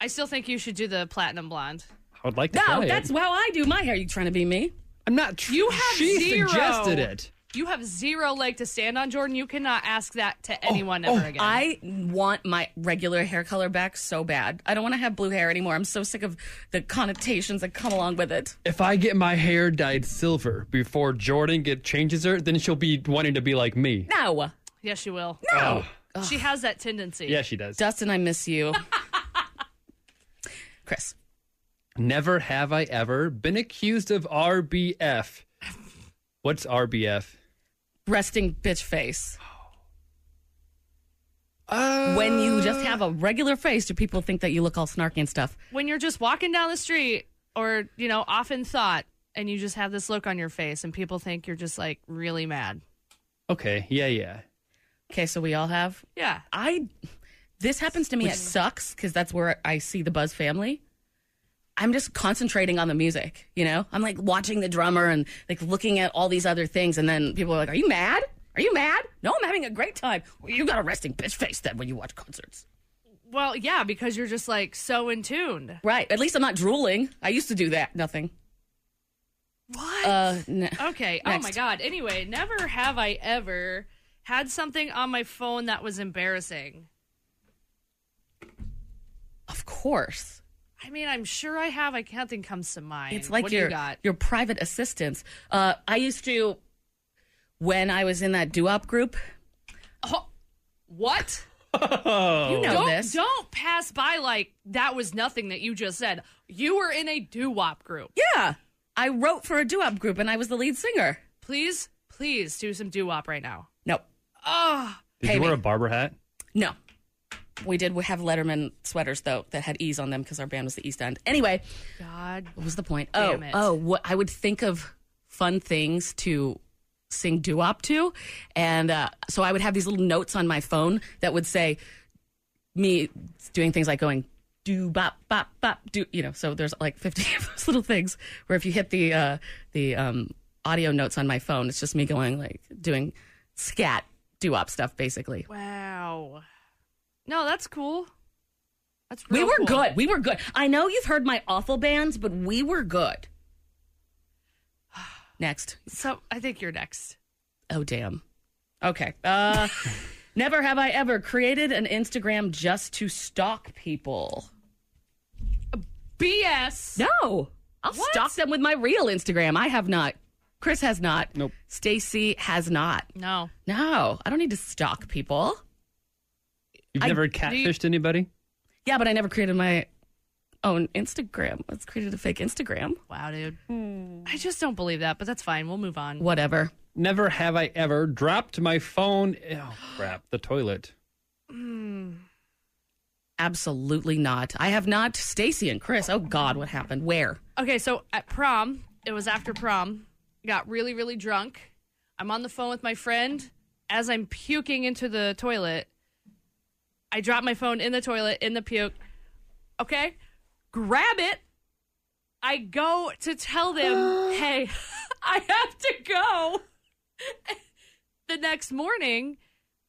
[SPEAKER 3] I still think you should do the platinum blonde.
[SPEAKER 4] I would like to.
[SPEAKER 2] no,
[SPEAKER 4] try it.
[SPEAKER 2] that's how I do my hair. You trying to be me?
[SPEAKER 4] I'm not.
[SPEAKER 3] You have
[SPEAKER 4] She
[SPEAKER 3] zero.
[SPEAKER 4] suggested it.
[SPEAKER 3] You have zero leg to stand on, Jordan. You cannot ask that to anyone ever again.
[SPEAKER 2] Oh, I want my regular hair color back so bad. I don't want to have blue hair anymore. I'm so sick of the connotations that come along with it.
[SPEAKER 4] If I get my hair dyed silver before Jordan get changes her, then she'll be wanting to be like me.
[SPEAKER 2] No.
[SPEAKER 3] Yes, you will.
[SPEAKER 4] No.
[SPEAKER 3] She has that tendency.
[SPEAKER 4] Yeah, she does.
[SPEAKER 2] Dustin, I miss you. Chris.
[SPEAKER 4] Never have I ever been accused of RBF. What's RBF?
[SPEAKER 2] Resting bitch face. when you just have a regular face, do people think that you look all snarky and stuff?
[SPEAKER 3] When you're just walking down the street or, you know, off in thought and you just have this look on your face and people think you're just like really mad.
[SPEAKER 4] Okay, yeah, yeah.
[SPEAKER 2] Okay, so we all have.
[SPEAKER 3] Yeah.
[SPEAKER 2] I this happens to me. It sucks because that's where I see the Buzz family. I'm just concentrating on the music, you know? I'm like watching the drummer and like looking at all these other things and then people are like, Are you mad? Are you mad? No, I'm having a great time. Well, you got a resting bitch face then when you watch concerts.
[SPEAKER 3] Well, yeah, because you're just like so in tune.
[SPEAKER 2] Right. At least I'm not drooling. I used to do that. Nothing.
[SPEAKER 3] What?
[SPEAKER 2] Uh no.
[SPEAKER 3] Okay. Oh my
[SPEAKER 2] Next.
[SPEAKER 3] god. Anyway, never have I ever had something on my phone that was embarrassing.
[SPEAKER 2] Of course.
[SPEAKER 3] I mean, I'm sure I have. I can't think comes to mind.
[SPEAKER 2] It's like
[SPEAKER 3] what
[SPEAKER 2] your
[SPEAKER 3] do you got?
[SPEAKER 2] your private assistants. Uh, I used to when I was in that duop group.
[SPEAKER 3] What?
[SPEAKER 2] You know
[SPEAKER 3] don't,
[SPEAKER 2] this.
[SPEAKER 3] Don't pass by like that was nothing that you just said. You were in a doo wop group.
[SPEAKER 2] Yeah, I wrote for a duop group and I was the lead singer.
[SPEAKER 3] Please, please do some doo wop right now.
[SPEAKER 2] No,
[SPEAKER 3] Oh,
[SPEAKER 4] Did
[SPEAKER 2] Pay
[SPEAKER 4] you wear
[SPEAKER 2] me.
[SPEAKER 4] a barber hat?
[SPEAKER 2] no. We did have Letterman sweaters though that had E's on them because our band was the East End. Anyway,
[SPEAKER 3] God.
[SPEAKER 2] what was the point?
[SPEAKER 3] Damn
[SPEAKER 2] oh,
[SPEAKER 3] it.
[SPEAKER 2] oh, what I would think of fun things to sing duop to, and uh, so I would have these little notes on my phone that would say me doing things like going do bop bop bop do you know so there's like 50 of those little things where if you hit the uh the um audio notes on my phone it's just me going like doing scat do op stuff basically
[SPEAKER 3] Wow. No, that's cool. That's
[SPEAKER 2] we
[SPEAKER 3] real
[SPEAKER 2] were
[SPEAKER 3] cool.
[SPEAKER 2] good we were good i know you've heard my awful bands but we were good [SIGHS] next
[SPEAKER 3] So I think you're next.
[SPEAKER 2] oh damn okay uh [LAUGHS] never have i ever created an instagram just to stalk people
[SPEAKER 3] BS.
[SPEAKER 2] No. I'll
[SPEAKER 3] What?
[SPEAKER 2] stalk them with my real Instagram. I have not. Chris has not.
[SPEAKER 4] Nope.
[SPEAKER 2] Stacy has not.
[SPEAKER 3] No.
[SPEAKER 2] No, I don't need to stalk people.
[SPEAKER 4] You've
[SPEAKER 2] I-
[SPEAKER 4] never
[SPEAKER 2] do
[SPEAKER 3] you-
[SPEAKER 4] catfished anybody?
[SPEAKER 2] Yeah, but I never created my own Instagram. Let's created a fake Instagram.
[SPEAKER 3] Wow, dude.
[SPEAKER 2] Hmm.
[SPEAKER 3] I just don't believe that, but that's fine. We'll move on.
[SPEAKER 2] Whatever.
[SPEAKER 4] Never have I ever dropped my phone. Oh crap! The toilet.
[SPEAKER 2] Absolutely not. I have not. Stacy and Chris. Oh God, what happened? Where?
[SPEAKER 3] Okay, so at prom, it was after prom. Got really, really drunk. I'm on the phone with my friend. As I'm puking into the toilet, I drop my phone in the toilet in the puke. Okay, grab it. I go to tell them, "Hey, [LAUGHS] I have to go." the next morning,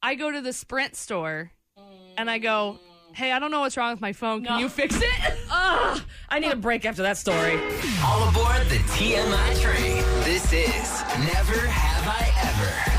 [SPEAKER 3] I go to the Sprint store and I go, "Hey, I don't know what's wrong with my phone. Can you fix it?"
[SPEAKER 2] Ugh, Ah, I need a break after that story.
[SPEAKER 6] All aboard the TMI train. This is Never Have I Ever.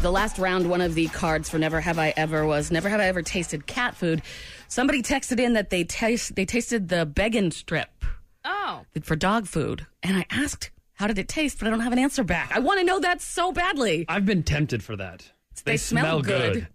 [SPEAKER 2] the last round, one of the cards for Never Have I Ever was Never Have I Ever Tasted Cat Food. Somebody texted in that they taste they tasted the Beggin strip
[SPEAKER 3] Oh.
[SPEAKER 2] for dog food, and I asked how did it taste, but I don't have an answer back. I want to know that so badly.
[SPEAKER 4] I've been tempted for that.
[SPEAKER 2] They, smell, good.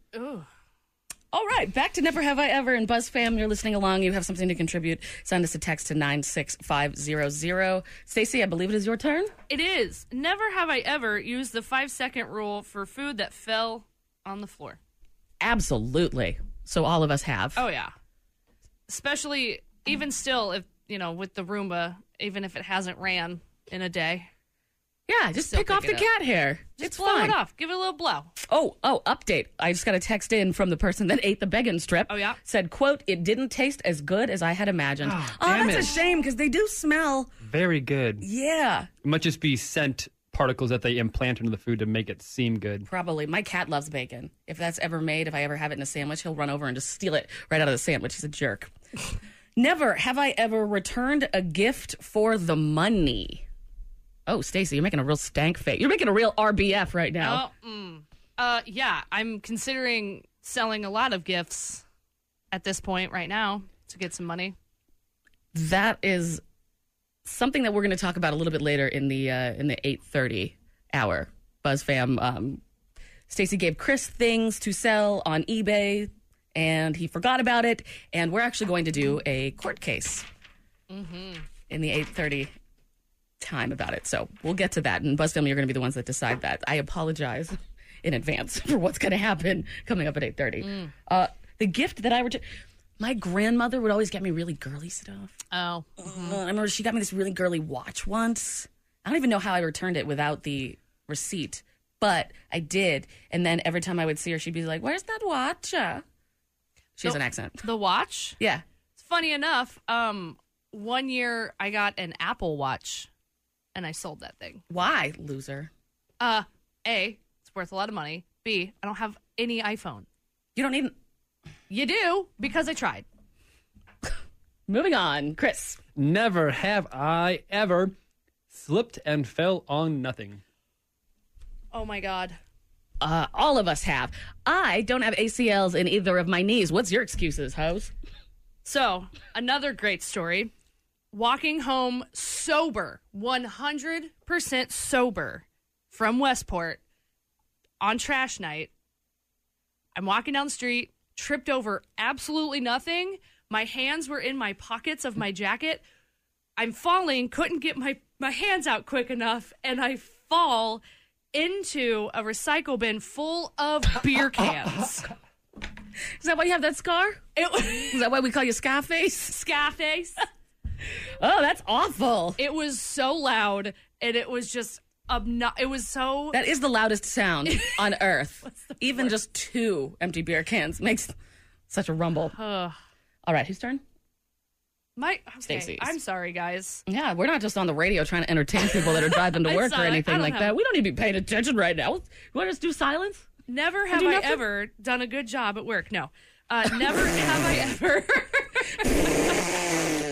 [SPEAKER 2] All right, back to Never Have I Ever and Buzz Fam. You're listening along. You have something to contribute. Send us a text to 96500. Stacey, I believe it is your turn.
[SPEAKER 3] It is. Never have I ever used the five second rule for food that fell on the floor.
[SPEAKER 2] Absolutely. So all of us have.
[SPEAKER 3] Oh, yeah. Especially, even still, if, you know, with the Roomba, even if it hasn't ran in a day.
[SPEAKER 2] Yeah, just
[SPEAKER 3] Still
[SPEAKER 2] pick off the
[SPEAKER 3] pick it up.
[SPEAKER 2] cat hair.
[SPEAKER 3] Just
[SPEAKER 2] it's
[SPEAKER 3] blow
[SPEAKER 2] fine.
[SPEAKER 3] it off. Give it a little blow.
[SPEAKER 2] Oh, oh, update. I just got a text in from the person that [LAUGHS] ate the beggin strip. Oh,
[SPEAKER 3] yeah?
[SPEAKER 2] Said, quote, it didn't taste as good as I had imagined. Oh,
[SPEAKER 4] damn
[SPEAKER 2] that's a
[SPEAKER 4] it.
[SPEAKER 2] shame because they do smell.
[SPEAKER 4] Very good.
[SPEAKER 2] Yeah.
[SPEAKER 4] It might just be scent particles that they implant into the food to make it seem good.
[SPEAKER 2] Probably. My cat loves bacon. If that's ever made, if I ever have it in a sandwich, he'll run over and just steal it right out of the sandwich. He's a jerk. Never have I ever returned a gift for the money. Oh, Stacey, you're making a real stank face. You're making a real RBF right now.
[SPEAKER 3] Oh, mm. uh, yeah. I'm considering selling a lot of gifts at this point right now to get some money.
[SPEAKER 2] That is something that we're going to talk about a little bit later in the uh, in the 8:30 hour. BuzzFam um Stacey gave Chris things to sell on eBay and he forgot about it and we're actually going to do a court case.
[SPEAKER 3] Mm-hmm.
[SPEAKER 2] in the 8.30 time about it so we'll get to that and buzzfilm you're going to be the ones that decide that i apologize in advance [LAUGHS] for what's going to happen coming up at 8.30
[SPEAKER 3] Mm.
[SPEAKER 2] uh, the gift that i returned my grandmother would always get me really girly stuff
[SPEAKER 3] oh
[SPEAKER 2] i remember she got me this really girly watch once i don't even know how i returned it without the receipt but i did and then every time i would see her she'd be like where's that watch uh?" she has
[SPEAKER 3] The-
[SPEAKER 2] an accent
[SPEAKER 3] The watch?
[SPEAKER 2] yeah
[SPEAKER 3] It's funny enough. Um, one year I got an Apple Watch, and I sold that thing.
[SPEAKER 2] why loser
[SPEAKER 3] Uh, a, it's worth a lot of money. B, I don't have any iPhone.
[SPEAKER 2] you don't need
[SPEAKER 3] You do because I tried.
[SPEAKER 2] moving on chris
[SPEAKER 4] Never have I ever slipped and fell on nothing.
[SPEAKER 3] Oh my god.
[SPEAKER 2] Uh, all of us have. I don't have ACLs in either of my knees. What's your excuses, hoes?
[SPEAKER 3] So, another great story. Walking home sober, 100% sober from Westport on trash night. I'm walking down the street, tripped over absolutely nothing. My hands were in my pockets of my jacket. I'm falling, couldn't get my, my hands out quick enough, and I fall into a recycle bin full of beer cans.
[SPEAKER 2] Is that why you have that scar?
[SPEAKER 3] [LAUGHS]
[SPEAKER 2] Is that why we call you Scarface?
[SPEAKER 3] Scarface.
[SPEAKER 2] Oh, that's awful.
[SPEAKER 3] It was so loud, and it was just obno- It was so.
[SPEAKER 2] That is the loudest
[SPEAKER 3] [LAUGHS]
[SPEAKER 2] sound on earth. Even just two empty beer cans makes such a rumble.
[SPEAKER 3] [SIGHS] Ugh.
[SPEAKER 2] All right, whose turn?
[SPEAKER 3] my. Okay,
[SPEAKER 2] Stacey's.
[SPEAKER 3] I'm sorry, guys.
[SPEAKER 2] Yeah, we're not just on the radio trying to entertain people that are driving to
[SPEAKER 3] [LAUGHS] I'm
[SPEAKER 2] work or
[SPEAKER 3] sorry, I
[SPEAKER 2] anything
[SPEAKER 3] don't
[SPEAKER 2] like
[SPEAKER 3] have-
[SPEAKER 2] that. We don't need to be paying attention right now. You want to just do silence?
[SPEAKER 3] Never
[SPEAKER 2] I
[SPEAKER 3] have
[SPEAKER 2] do
[SPEAKER 3] I
[SPEAKER 2] nothing.
[SPEAKER 3] ever done a good job at work. No. Uh, never have I ever. [LAUGHS]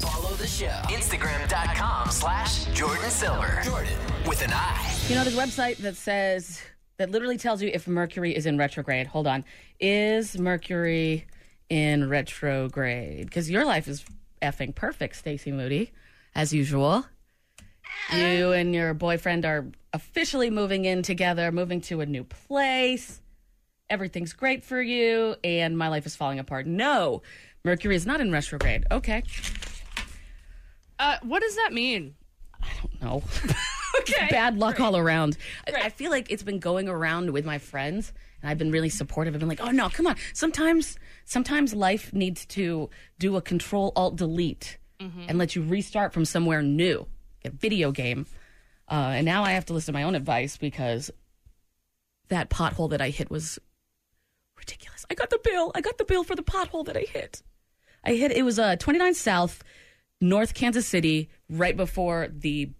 [SPEAKER 6] Follow the show. Instagram.com slash Jordan Silver. Jordan with an I.
[SPEAKER 2] You know, there's a website that says that literally tells you if Mercury is in retrograde. Hold on. Is Mercury in retrograde? Because your life is effing perfect, Stacey Moody, as usual. You and your boyfriend are officially moving in together, moving to a new place. Everything's great for you, and my life is falling apart. No, Mercury is not in retrograde. Okay.
[SPEAKER 3] Uh, what does that mean?
[SPEAKER 2] No. [LAUGHS] okay. Bad luck all around. I- I feel like it's been going around with my friends, and I've been really supportive. I've been like, "Oh no, come on." Sometimes, sometimes life needs to do a Control Alt Delete and let you restart from somewhere new, a video game. Uh, and now I have to listen to my own advice because that pothole that I hit was ridiculous. I got the bill. I got the bill for the pothole that I hit. I hit it was uh 29 South, North Kansas City, right before the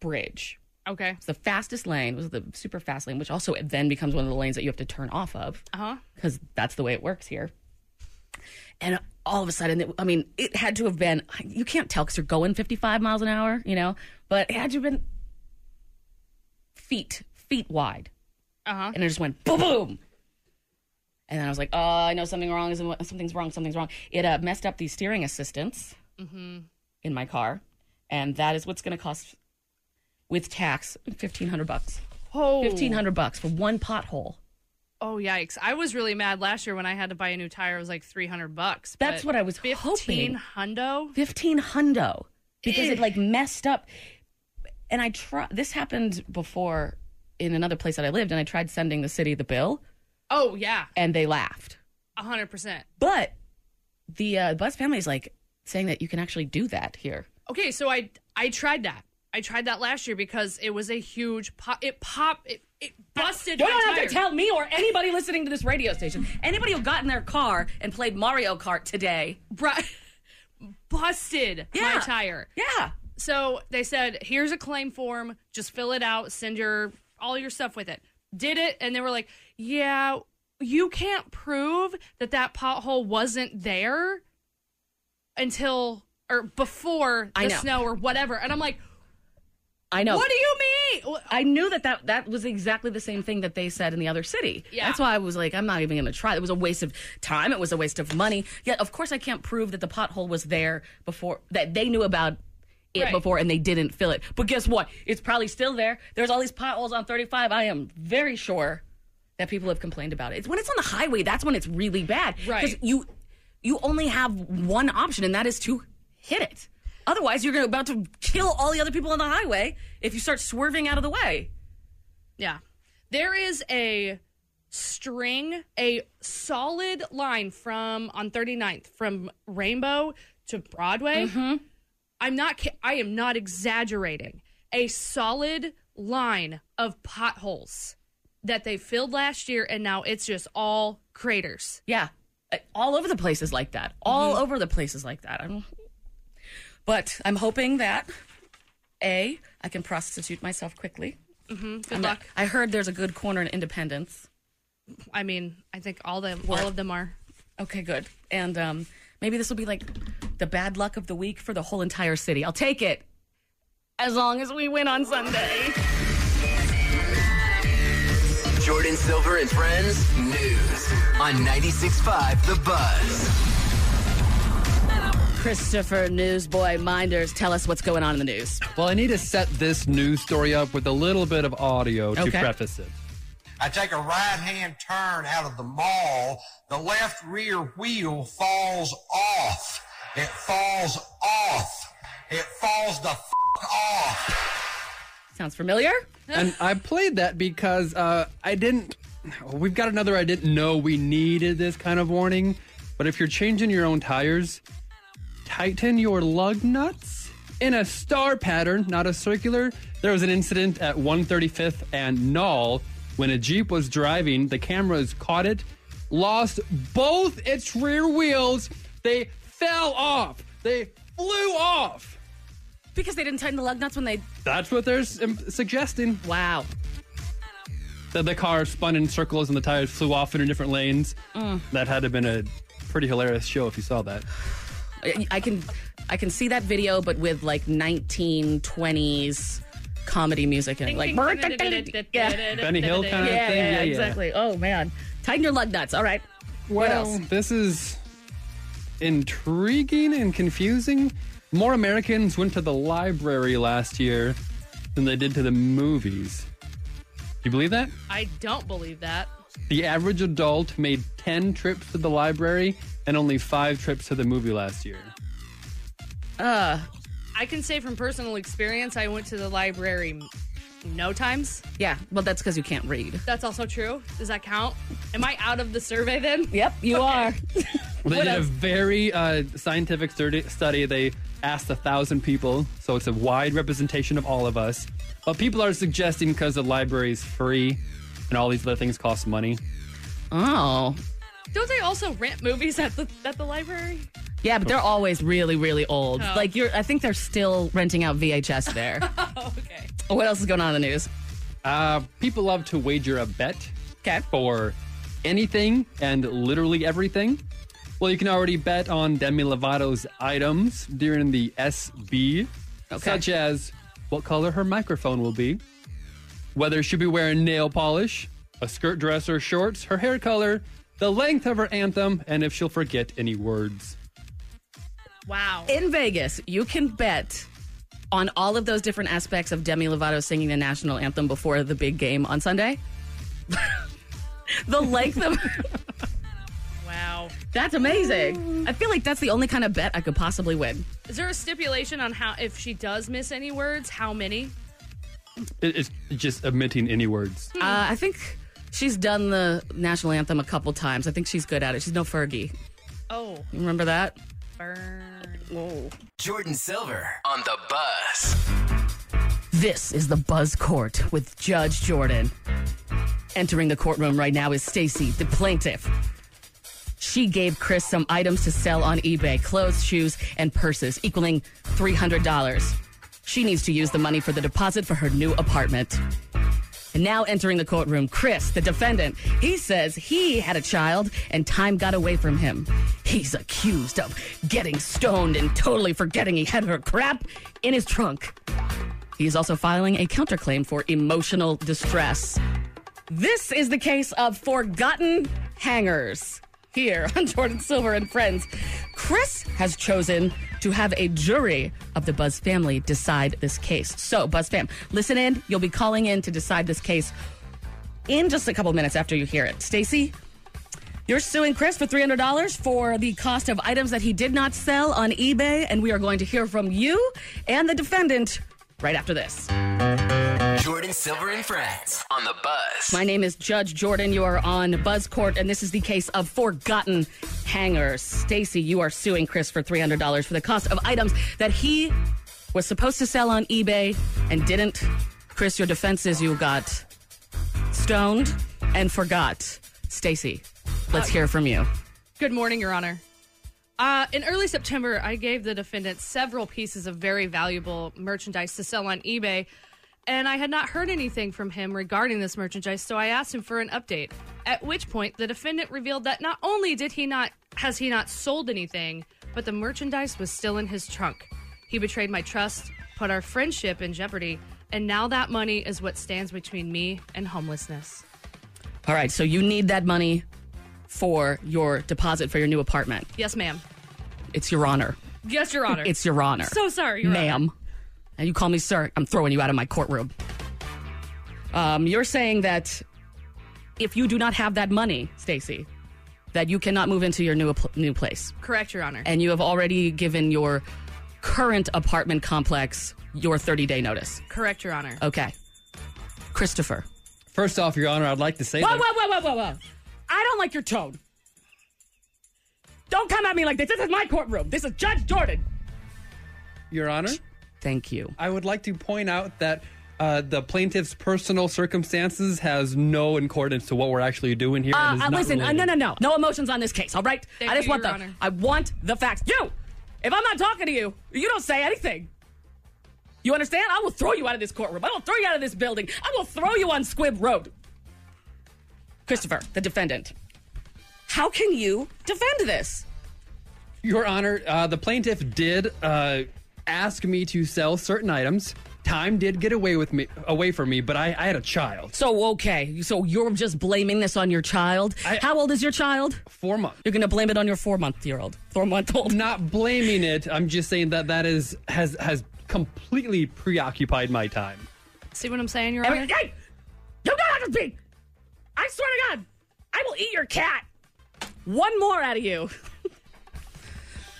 [SPEAKER 2] bridge.
[SPEAKER 3] Okay.
[SPEAKER 2] It's the fastest lane. It was the super fast lane, which also then becomes one of the lanes that you have to turn off of
[SPEAKER 3] Uh huh.
[SPEAKER 2] because that's the way it works here. And all of a sudden, it, I mean, it had to have been, you can't tell because you're going 55 miles an hour, you know, but it had to have been feet feet wide,
[SPEAKER 3] uh-huh.
[SPEAKER 2] and it just went boom boom. And then I was like, oh, I know something wrong. is- Something's wrong. Something's wrong. It uh, messed up the steering assistance
[SPEAKER 3] Mm-hmm.
[SPEAKER 2] in my car, and that is what's going to cost with tax fifteen hundred bucks.
[SPEAKER 3] Oh.
[SPEAKER 2] Fifteen hundred bucks for one pothole.
[SPEAKER 3] Oh yikes! I was really mad last year when I had to buy a new tire. It was like three hundred bucks.
[SPEAKER 2] That's
[SPEAKER 3] but
[SPEAKER 2] what I was
[SPEAKER 3] Fifteen
[SPEAKER 2] hoping.
[SPEAKER 3] hundo.
[SPEAKER 2] Fifteen hundo because it like messed up. And I try. This happened before in another place that I lived, and I tried sending the city the bill,
[SPEAKER 3] Oh yeah,
[SPEAKER 2] and they laughed.
[SPEAKER 3] hundred percent.
[SPEAKER 2] But the uh, Buzz family is like saying that you can actually do that here.
[SPEAKER 3] Okay, so I I tried that. I tried that last year because it was a huge pop. It pop. It, it busted.
[SPEAKER 2] You
[SPEAKER 3] my
[SPEAKER 2] don't have
[SPEAKER 3] tire.
[SPEAKER 2] to tell me or anybody listening to this radio station. Anybody who got in their car and played Mario Kart today,
[SPEAKER 3] busted my
[SPEAKER 2] Yeah.
[SPEAKER 3] tire.
[SPEAKER 2] Yeah.
[SPEAKER 3] So they said, here's a claim form. Just fill it out. Send your all your stuff with it. Did it, and they were like, yeah, you can't prove that that pothole wasn't there until or before
[SPEAKER 2] I
[SPEAKER 3] the
[SPEAKER 2] know.
[SPEAKER 3] snow or whatever. And I'm like,
[SPEAKER 2] I know.
[SPEAKER 3] What do you mean?
[SPEAKER 2] I knew that, that that was exactly the same thing that they said in the other city.
[SPEAKER 3] Yeah.
[SPEAKER 2] That's why I was like, I'm not even going to try. It was a waste of time. It was a waste of money. Yet, of course, I can't prove that the pothole was there before, that they knew about it
[SPEAKER 3] Right.
[SPEAKER 2] before and they didn't fill it. But guess what? It's probably still there. There's all these potholes on 35. I am very sure that people have complained about it. It's when it's on the highway, that's when it's really bad.
[SPEAKER 3] Right.
[SPEAKER 2] 'Cause you, you only have one option, and that is to hit it. Otherwise, you're gonna- about to kill all the other people on the highway if you start swerving out of the way.
[SPEAKER 3] Yeah. There is a string, a solid line from on 39th from Rainbow to Broadway.
[SPEAKER 2] Mm-hmm.
[SPEAKER 3] I'm not ki- I am not exaggerating. A solid line of potholes that they filled last year and now it's just all craters.
[SPEAKER 2] Yeah. Uh, All over the places like that. All over the places like that. I'm, but I'm hoping that A, I can prostitute myself quickly.
[SPEAKER 3] Mhm. Good
[SPEAKER 2] I'm not-
[SPEAKER 3] luck.
[SPEAKER 2] I heard there's a good corner in Independence.
[SPEAKER 3] I mean, I think all the all of them are.
[SPEAKER 2] Okay, good. And um, maybe this will be like the bad luck of the week for the whole entire city. I'll take it. As long as we win on Sunday.
[SPEAKER 6] Jordan Silver and Friends News on 96.5 The Buzz.
[SPEAKER 2] Christopher Newsboy Minders, tell us what's going on in the news.
[SPEAKER 4] Well, I need to set this news story up with a little bit of audio to
[SPEAKER 2] Okay.
[SPEAKER 4] preface it.
[SPEAKER 15] I take a right hand turn out of the mall. The left rear wheel falls off. It falls off. It falls the f- off.
[SPEAKER 2] Sounds familiar?
[SPEAKER 4] and I played that because uh, I didn't. oh, We've got another. I didn't know we needed this kind of warning. But if you're changing your own tires, tighten your lug nuts in a star pattern, not a circular. There was an incident at 135th and Knoll when a Jeep was driving. The cameras caught it, lost both its rear wheels. They fell off. They flew off.
[SPEAKER 2] Because they didn't tighten the lug nuts when they.
[SPEAKER 4] That's what they're s- um, suggesting.
[SPEAKER 2] Wow.
[SPEAKER 4] That the car spun in circles and the tires flew off into different lanes.
[SPEAKER 2] Mm.
[SPEAKER 4] That had to have been a pretty hilarious show if you saw that.
[SPEAKER 2] I I can I can see that video, but with like 1920s comedy music and like yeah.
[SPEAKER 4] Benny Hill kind of
[SPEAKER 2] yeah, Yeah,
[SPEAKER 4] thing. Yeah, yeah.
[SPEAKER 2] exactly. Oh man, tighten your lug nuts. All right. what else?
[SPEAKER 4] This is intriguing and confusing. More Americans went to the library last year than they did to the movies. Do you believe that?
[SPEAKER 3] I don't believe that.
[SPEAKER 4] The average adult made 10 trips to the library and only five trips to the movie last year.
[SPEAKER 2] Uh,
[SPEAKER 3] I can say from personal experience, I went to the library m- no times.
[SPEAKER 2] Yeah, well, that's because you can't read.
[SPEAKER 3] That's also true. Does that count? Am I out of the survey then?
[SPEAKER 2] Yep, you are.
[SPEAKER 4] Well, They did a very uh, scientific study, study. They asked a thousand people, so it's a wide representation of all of us. But people are suggesting because the library is free and all these other things cost money.
[SPEAKER 2] Oh,
[SPEAKER 3] Don't they also rent movies at the at the library?
[SPEAKER 2] yeah, but they're always really really old.
[SPEAKER 3] Oh.
[SPEAKER 2] Like you're, I think they're still renting out VHS [LAUGHS] there.
[SPEAKER 3] okay.
[SPEAKER 2] What else is going on in the news?
[SPEAKER 4] Uh, people love to wager a bet for anything and literally everything. Well, you can already bet on Demi Lovato's items during the SB, such as what color her microphone will be, whether she be wearing nail polish, a skirt dress or shorts, her hair color, the length of her anthem, and if she'll forget any words.
[SPEAKER 3] Wow.
[SPEAKER 2] In Vegas, you can bet on all of those different aspects of Demi Lovato singing the national anthem before the big game on Sunday. [LAUGHS] the length of [LAUGHS]
[SPEAKER 3] Wow.
[SPEAKER 2] that's amazing. I feel like that's the only kind of bet I could possibly win.
[SPEAKER 3] Is there a stipulation on how if she does miss any words, how many?
[SPEAKER 4] It- It's just omitting any words.
[SPEAKER 2] Uh, I think she's done the national anthem a couple times. I think she's good at it. She's no Fergie.
[SPEAKER 3] Oh,
[SPEAKER 2] You remember that?
[SPEAKER 3] burn.
[SPEAKER 2] Whoa.
[SPEAKER 6] Jordan Silver on the bus.
[SPEAKER 2] This is the Buzz Court with Judge Jordan. Entering the courtroom right now is Stacy, the plaintiff. She gave Chris some items to sell on eBay clothes, shoes, and purses, equaling $300. She needs to use the money for the deposit for her new apartment. And now entering the courtroom, Chris, the defendant, he says he had a child and time got away from him. He's accused of getting stoned and totally forgetting he had her crap in his trunk. He is also filing a counterclaim for emotional distress. This is the case of forgotten hangers. Here on [LAUGHS] Jordan Silver and Friends, Chris has chosen to have a jury of the Buzz family decide this case. So, Buzz fam, listen in. You'll be calling in to decide this case in just a couple minutes after you hear it. Stacy, you're suing Chris for $300 for the cost of items that he did not sell on eBay, and we are going to hear from you and the defendant right after this.
[SPEAKER 6] Jordan Silver and friends on the bus.
[SPEAKER 2] My name is Judge Jordan. You are on Buzz Court, and this is the case of forgotten hangers. Stacy, you are suing Chris for $300 for the cost of items that he was supposed to sell on eBay and didn't. Chris, your defense is you got stoned and forgot. Stacy, let's hear from you.
[SPEAKER 3] Good morning, Your Honor. Uh, in early September, I gave the defendant several pieces of very valuable merchandise to sell on eBay, and I had not heard anything from him regarding this merchandise, so I asked him for an update. At which point, the defendant revealed that not only did he not has he not sold anything, but the merchandise was still in his trunk. He betrayed my trust, put our friendship in jeopardy, and now that money is what stands between me and homelessness.
[SPEAKER 2] All right, so you need that money for your deposit for your new apartment.
[SPEAKER 3] Yes, ma'am.
[SPEAKER 2] It's your honor.
[SPEAKER 3] Yes, Your Honor.
[SPEAKER 2] It's your honor.
[SPEAKER 3] So sorry, Your Honor.
[SPEAKER 2] ma'am. And you call me sir, I'm throwing you out of my courtroom. Um, you're saying that if you do not have that money, Stacy, that you cannot move into your new ap- new place.
[SPEAKER 3] Correct, Your Honor.
[SPEAKER 2] And you have already given your current apartment complex your 30-day notice.
[SPEAKER 3] Correct, Your Honor.
[SPEAKER 2] Okay. Christopher.
[SPEAKER 4] First off, Your Honor, I'd like to say
[SPEAKER 2] Whoa,
[SPEAKER 4] that-
[SPEAKER 2] whoa, whoa, whoa, whoa, whoa. I don't like your tone. Don't come at me like this. This is my courtroom. This is Judge Jordan.
[SPEAKER 4] Your Honor.
[SPEAKER 2] Thank you.
[SPEAKER 4] I would like to point out that uh, the plaintiff's personal circumstances has no accordance to what we're actually doing here.
[SPEAKER 2] Uh,
[SPEAKER 4] and is
[SPEAKER 2] uh,
[SPEAKER 4] not
[SPEAKER 2] listen, uh,
[SPEAKER 4] related.
[SPEAKER 2] no, no, no, no emotions on this case. All right,
[SPEAKER 3] Thank
[SPEAKER 2] I just
[SPEAKER 3] you,
[SPEAKER 2] want
[SPEAKER 3] Your
[SPEAKER 2] the,
[SPEAKER 3] Honor.
[SPEAKER 2] I want the facts. You, if I'm not talking to you, you don't say anything. You understand? I will throw you out of this courtroom. I will throw you out of this building. I will throw you on Squib Road. Christopher, the defendant. How can you defend this?
[SPEAKER 4] Your Honor, uh, the plaintiff did uh, ask me to sell certain items. Time did get away with me, away from me, but I, I had a child.
[SPEAKER 2] So okay, so you're just blaming this on your child. How old is your child?
[SPEAKER 4] Four months.
[SPEAKER 2] You're gonna blame it on your four month year old. Four month old.
[SPEAKER 4] Not blaming it. I'm just saying that that is has has completely preoccupied my time.
[SPEAKER 3] See what I'm saying, Your
[SPEAKER 2] Every-
[SPEAKER 3] Honor?
[SPEAKER 2] Hey! You got to speak! I swear to God, I will eat your cat. One more out of you. [LAUGHS]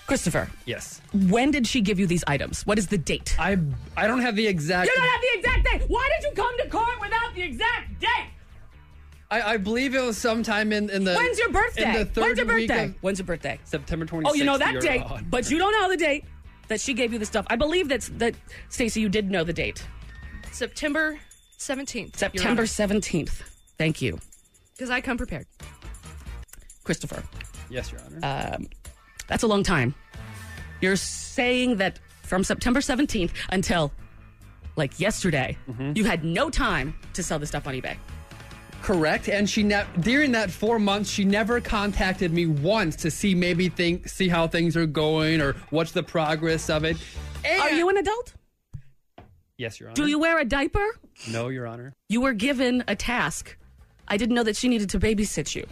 [SPEAKER 2] Christopher,
[SPEAKER 4] Yes.
[SPEAKER 2] when did she give you these items? What is the date?
[SPEAKER 4] I I don't have the exact.
[SPEAKER 2] You don't have the exact date. Why did you come to court without the exact date?
[SPEAKER 4] I, I believe it was sometime in in the.
[SPEAKER 2] When's your birthday?
[SPEAKER 4] In the third
[SPEAKER 2] When's your
[SPEAKER 4] week
[SPEAKER 2] birthday?
[SPEAKER 4] of
[SPEAKER 2] When's your birthday?
[SPEAKER 4] September 26th.
[SPEAKER 2] Oh, you know that
[SPEAKER 4] Your
[SPEAKER 2] date,
[SPEAKER 4] Honor.
[SPEAKER 2] but you don't know the date that she gave you the stuff. I believe that's that Stacey, you did know the date.
[SPEAKER 3] September 17th.
[SPEAKER 2] September 17th. Thank you,
[SPEAKER 3] Because I come prepared.
[SPEAKER 2] Christopher.
[SPEAKER 4] Yes, Your Honor.
[SPEAKER 2] um, that's a long time. You're saying that from September 17th until like yesterday, you had no time to sell the stuff on eBay.
[SPEAKER 4] Correct. And she ne- during that four months, she never contacted me once to see maybe think see how things are going or what's the progress of it.
[SPEAKER 2] Are you an adult?
[SPEAKER 4] Yes, Your Honor.
[SPEAKER 2] Do you wear a diaper?
[SPEAKER 4] No, Your Honor.
[SPEAKER 2] You were given a task. I didn't know that she needed to babysit you.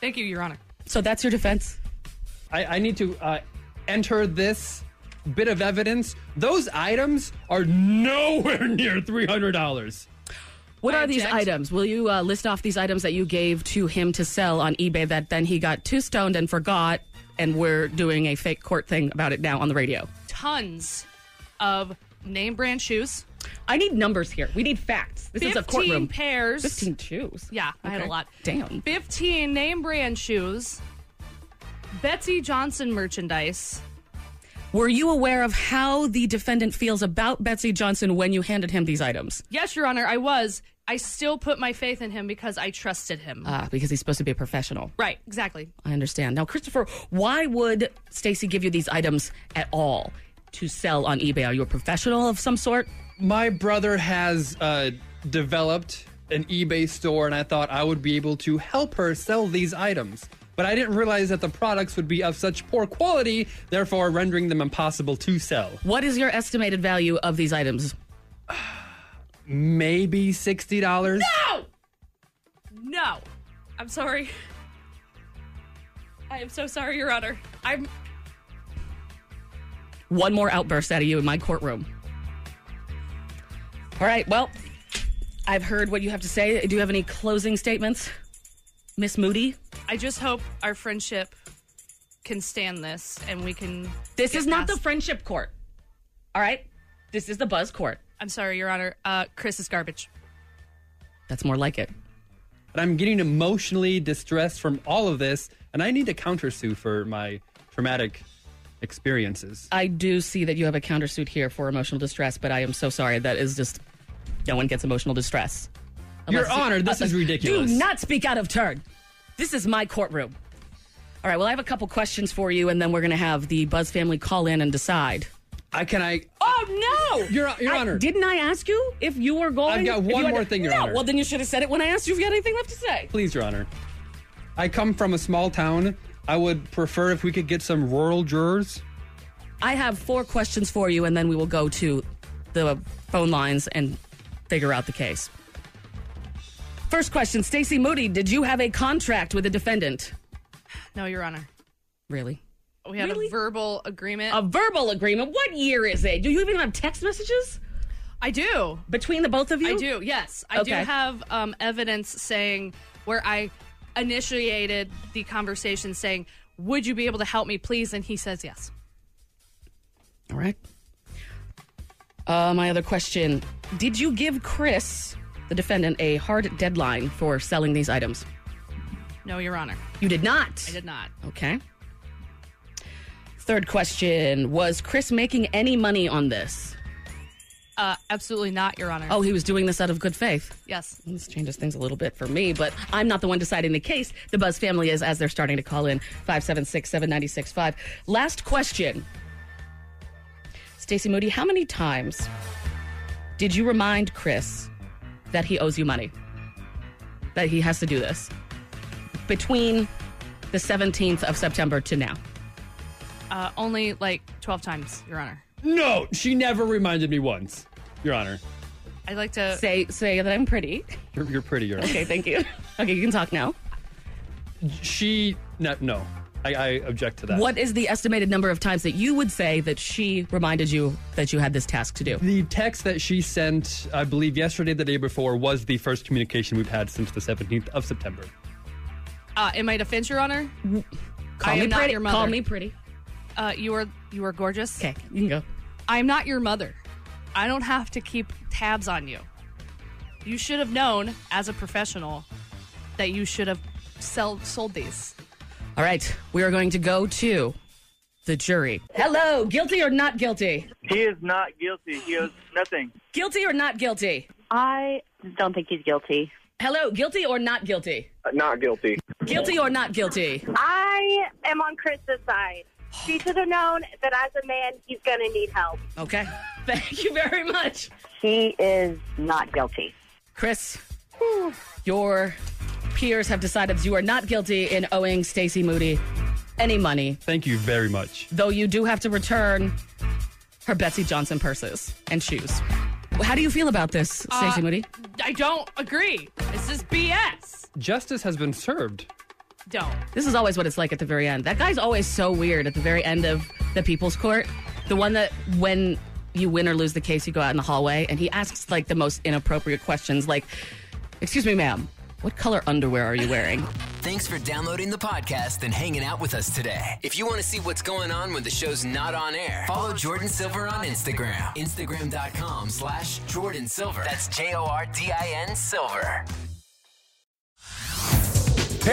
[SPEAKER 3] Thank you, Your Honor.
[SPEAKER 2] So that's your defense?
[SPEAKER 4] I, I need to uh, enter this bit of evidence. Those items are nowhere [LAUGHS] near three hundred dollars.
[SPEAKER 2] What are these items? Will you uh, list off these items that you gave to him to sell on eBay that then he got too stoned and forgot, and we're doing a fake court thing about it now on the radio?
[SPEAKER 3] Tons of name brand shoes.
[SPEAKER 2] I need numbers here. We need facts. This is a courtroom.
[SPEAKER 3] pairs.
[SPEAKER 2] 15 shoes.
[SPEAKER 3] Yeah, I had a
[SPEAKER 2] Okay.
[SPEAKER 3] lot.
[SPEAKER 2] Damn.
[SPEAKER 3] 15 name brand shoes. Betsy Johnson merchandise.
[SPEAKER 2] Were you aware of how the defendant feels about Betsy Johnson when you handed him these items?
[SPEAKER 3] Yes, Your Honor, I was. I still put my faith in him because I trusted him.
[SPEAKER 2] Ah, because he's supposed to be a professional.
[SPEAKER 3] right, exactly.
[SPEAKER 2] I understand. Now, Christopher, why would Stacy give you these items at all to sell on eBay? Are you a professional of some sort?
[SPEAKER 4] My brother has uh, developed an eBay store, and I thought I would be able to help her sell these items. But I didn't realize that the products would be of such poor quality, therefore rendering them impossible to sell.
[SPEAKER 2] What is your estimated value of these items?
[SPEAKER 4] Maybe sixty dollars.
[SPEAKER 3] No! No. I'm sorry. I am so sorry, Your Honor. I'm.
[SPEAKER 2] One more outburst out of you in my courtroom. All right, well, I've heard what you have to say. Do you have any closing statements, Miss Moody?
[SPEAKER 3] I just hope our friendship can stand this and we can.
[SPEAKER 2] This
[SPEAKER 3] get
[SPEAKER 2] is not the
[SPEAKER 3] past-
[SPEAKER 2] friendship court. All right? This is the buzz court.
[SPEAKER 3] I'm sorry, Your Honor. Uh, Chris is garbage.
[SPEAKER 2] That's more like it.
[SPEAKER 4] But I'm getting emotionally distressed from all of this, and I need to countersue for my traumatic experiences.
[SPEAKER 2] I do see that you have a countersuit here for emotional distress, but I am so sorry. That is just no one gets emotional distress.
[SPEAKER 4] Your
[SPEAKER 2] Unless you-
[SPEAKER 4] Honor, this is
[SPEAKER 2] uh,
[SPEAKER 4] ridiculous.
[SPEAKER 2] Do not speak out of turn. This is my courtroom. All right. Well, I have a couple questions for you, and then we're going to have the Buzz family call in and decide.
[SPEAKER 4] I can I.
[SPEAKER 2] Oh no,
[SPEAKER 4] Your- Your
[SPEAKER 2] I-
[SPEAKER 4] Honor.
[SPEAKER 2] Didn't I ask you if you were going?
[SPEAKER 4] I've got
[SPEAKER 2] if you
[SPEAKER 4] one
[SPEAKER 2] had-
[SPEAKER 4] more thing, Your
[SPEAKER 2] No,
[SPEAKER 4] Honor.
[SPEAKER 2] Well, then you should have said it when I asked you if you had anything left to say.
[SPEAKER 4] Please, Your Honor. I come from a small town. I would prefer if we could get some rural jurors.
[SPEAKER 2] I have four questions for you, and then we will go to the phone lines and figure out the case. First question, Stacy Moody, did you have a contract with a defendant?
[SPEAKER 3] No, Your Honor.
[SPEAKER 2] Really?
[SPEAKER 3] We had a verbal agreement.
[SPEAKER 2] A verbal agreement? What year is it? Do you even have text messages?
[SPEAKER 3] I do.
[SPEAKER 2] Between the both of you?
[SPEAKER 3] I do. Yes, I do
[SPEAKER 2] Okay.
[SPEAKER 3] have um, evidence saying where I initiated the conversation, saying, "Would you be able to help me, please?" And he says, "Yes."
[SPEAKER 2] All right. Uh, my other question, did you give Chris, the defendant, a hard deadline for selling these items?
[SPEAKER 3] No, Your Honor.
[SPEAKER 2] You did not.
[SPEAKER 3] I did not.
[SPEAKER 2] Okay. Third question Was Chris making any money on this?
[SPEAKER 3] Uh, absolutely not, Your Honor.
[SPEAKER 2] Oh, he was doing this out of good faith.
[SPEAKER 3] yes.
[SPEAKER 2] This changes things a little bit for me, but I'm not the one deciding the case. The Buzz family is as they're starting to call in 576 7965. Last question Stacey Moody, how many times did you remind Chris that he owes you money? That he has to do this? Between the 17th of September to now?
[SPEAKER 3] Uh, only like twelve times, Your Honor.
[SPEAKER 4] No, she never reminded me once, Your Honor.
[SPEAKER 3] I'd like to
[SPEAKER 2] say say that I'm pretty.
[SPEAKER 4] You're, you're pretty, Your Honor.
[SPEAKER 2] Okay, thank [LAUGHS] you. Okay, you can talk now.
[SPEAKER 4] She no, no. I, I object to that.
[SPEAKER 2] What is the estimated number of times that you would say that she reminded you that you had this task to do?
[SPEAKER 4] The text that she sent, I believe, yesterday, the day before, was the first communication we've had since the 17th of September.
[SPEAKER 3] Uh, in my defense, Your Honor,
[SPEAKER 2] Call
[SPEAKER 3] I
[SPEAKER 2] me
[SPEAKER 3] am not
[SPEAKER 2] pretty.
[SPEAKER 3] your mother.
[SPEAKER 2] Call me pretty.
[SPEAKER 3] uh, you are you are gorgeous.
[SPEAKER 2] Okay, you can go.
[SPEAKER 3] I am not your mother. I don't have to keep tabs on you. You should have known as a professional that you should have sell, sold these.
[SPEAKER 2] All right, we are going to go to the jury. Hello, guilty or not guilty?
[SPEAKER 16] He is not guilty. He owes nothing.
[SPEAKER 2] Guilty or not guilty?
[SPEAKER 17] I don't think he's guilty.
[SPEAKER 2] Hello, guilty or not guilty?
[SPEAKER 16] Not guilty.
[SPEAKER 2] Guilty or not guilty?
[SPEAKER 17] I am on Chris's side. She should have known that as a man, he's going to need help.
[SPEAKER 2] Okay. [LAUGHS] Thank you very much.
[SPEAKER 17] He is not guilty.
[SPEAKER 2] Chris, your peers have decided that you are not guilty in owing Stacy Moody any money
[SPEAKER 4] Thank you very much.
[SPEAKER 2] though you do have to return her Betsy Johnson purses and shoes. How do you feel about this, Stacey
[SPEAKER 3] Uh,
[SPEAKER 2] Moody?
[SPEAKER 3] I don't agree. This is BS.
[SPEAKER 4] Justice has been served.
[SPEAKER 3] Don't.
[SPEAKER 2] This is always what it's like at the very end. That guy's always so weird at the very end of the People's Court. The one that when you win or lose the case, you go out in the hallway and he asks like the most inappropriate questions, like, "Excuse me, ma'am, what color underwear are you wearing?"
[SPEAKER 6] Thanks for downloading the podcast and hanging out with us today. If you want to see what's going on when the show's not on air, follow Jordan Silver on Instagram. Instagram.com slash Jordan Silver. That's J O R D I N Silver.
[SPEAKER 18] Hey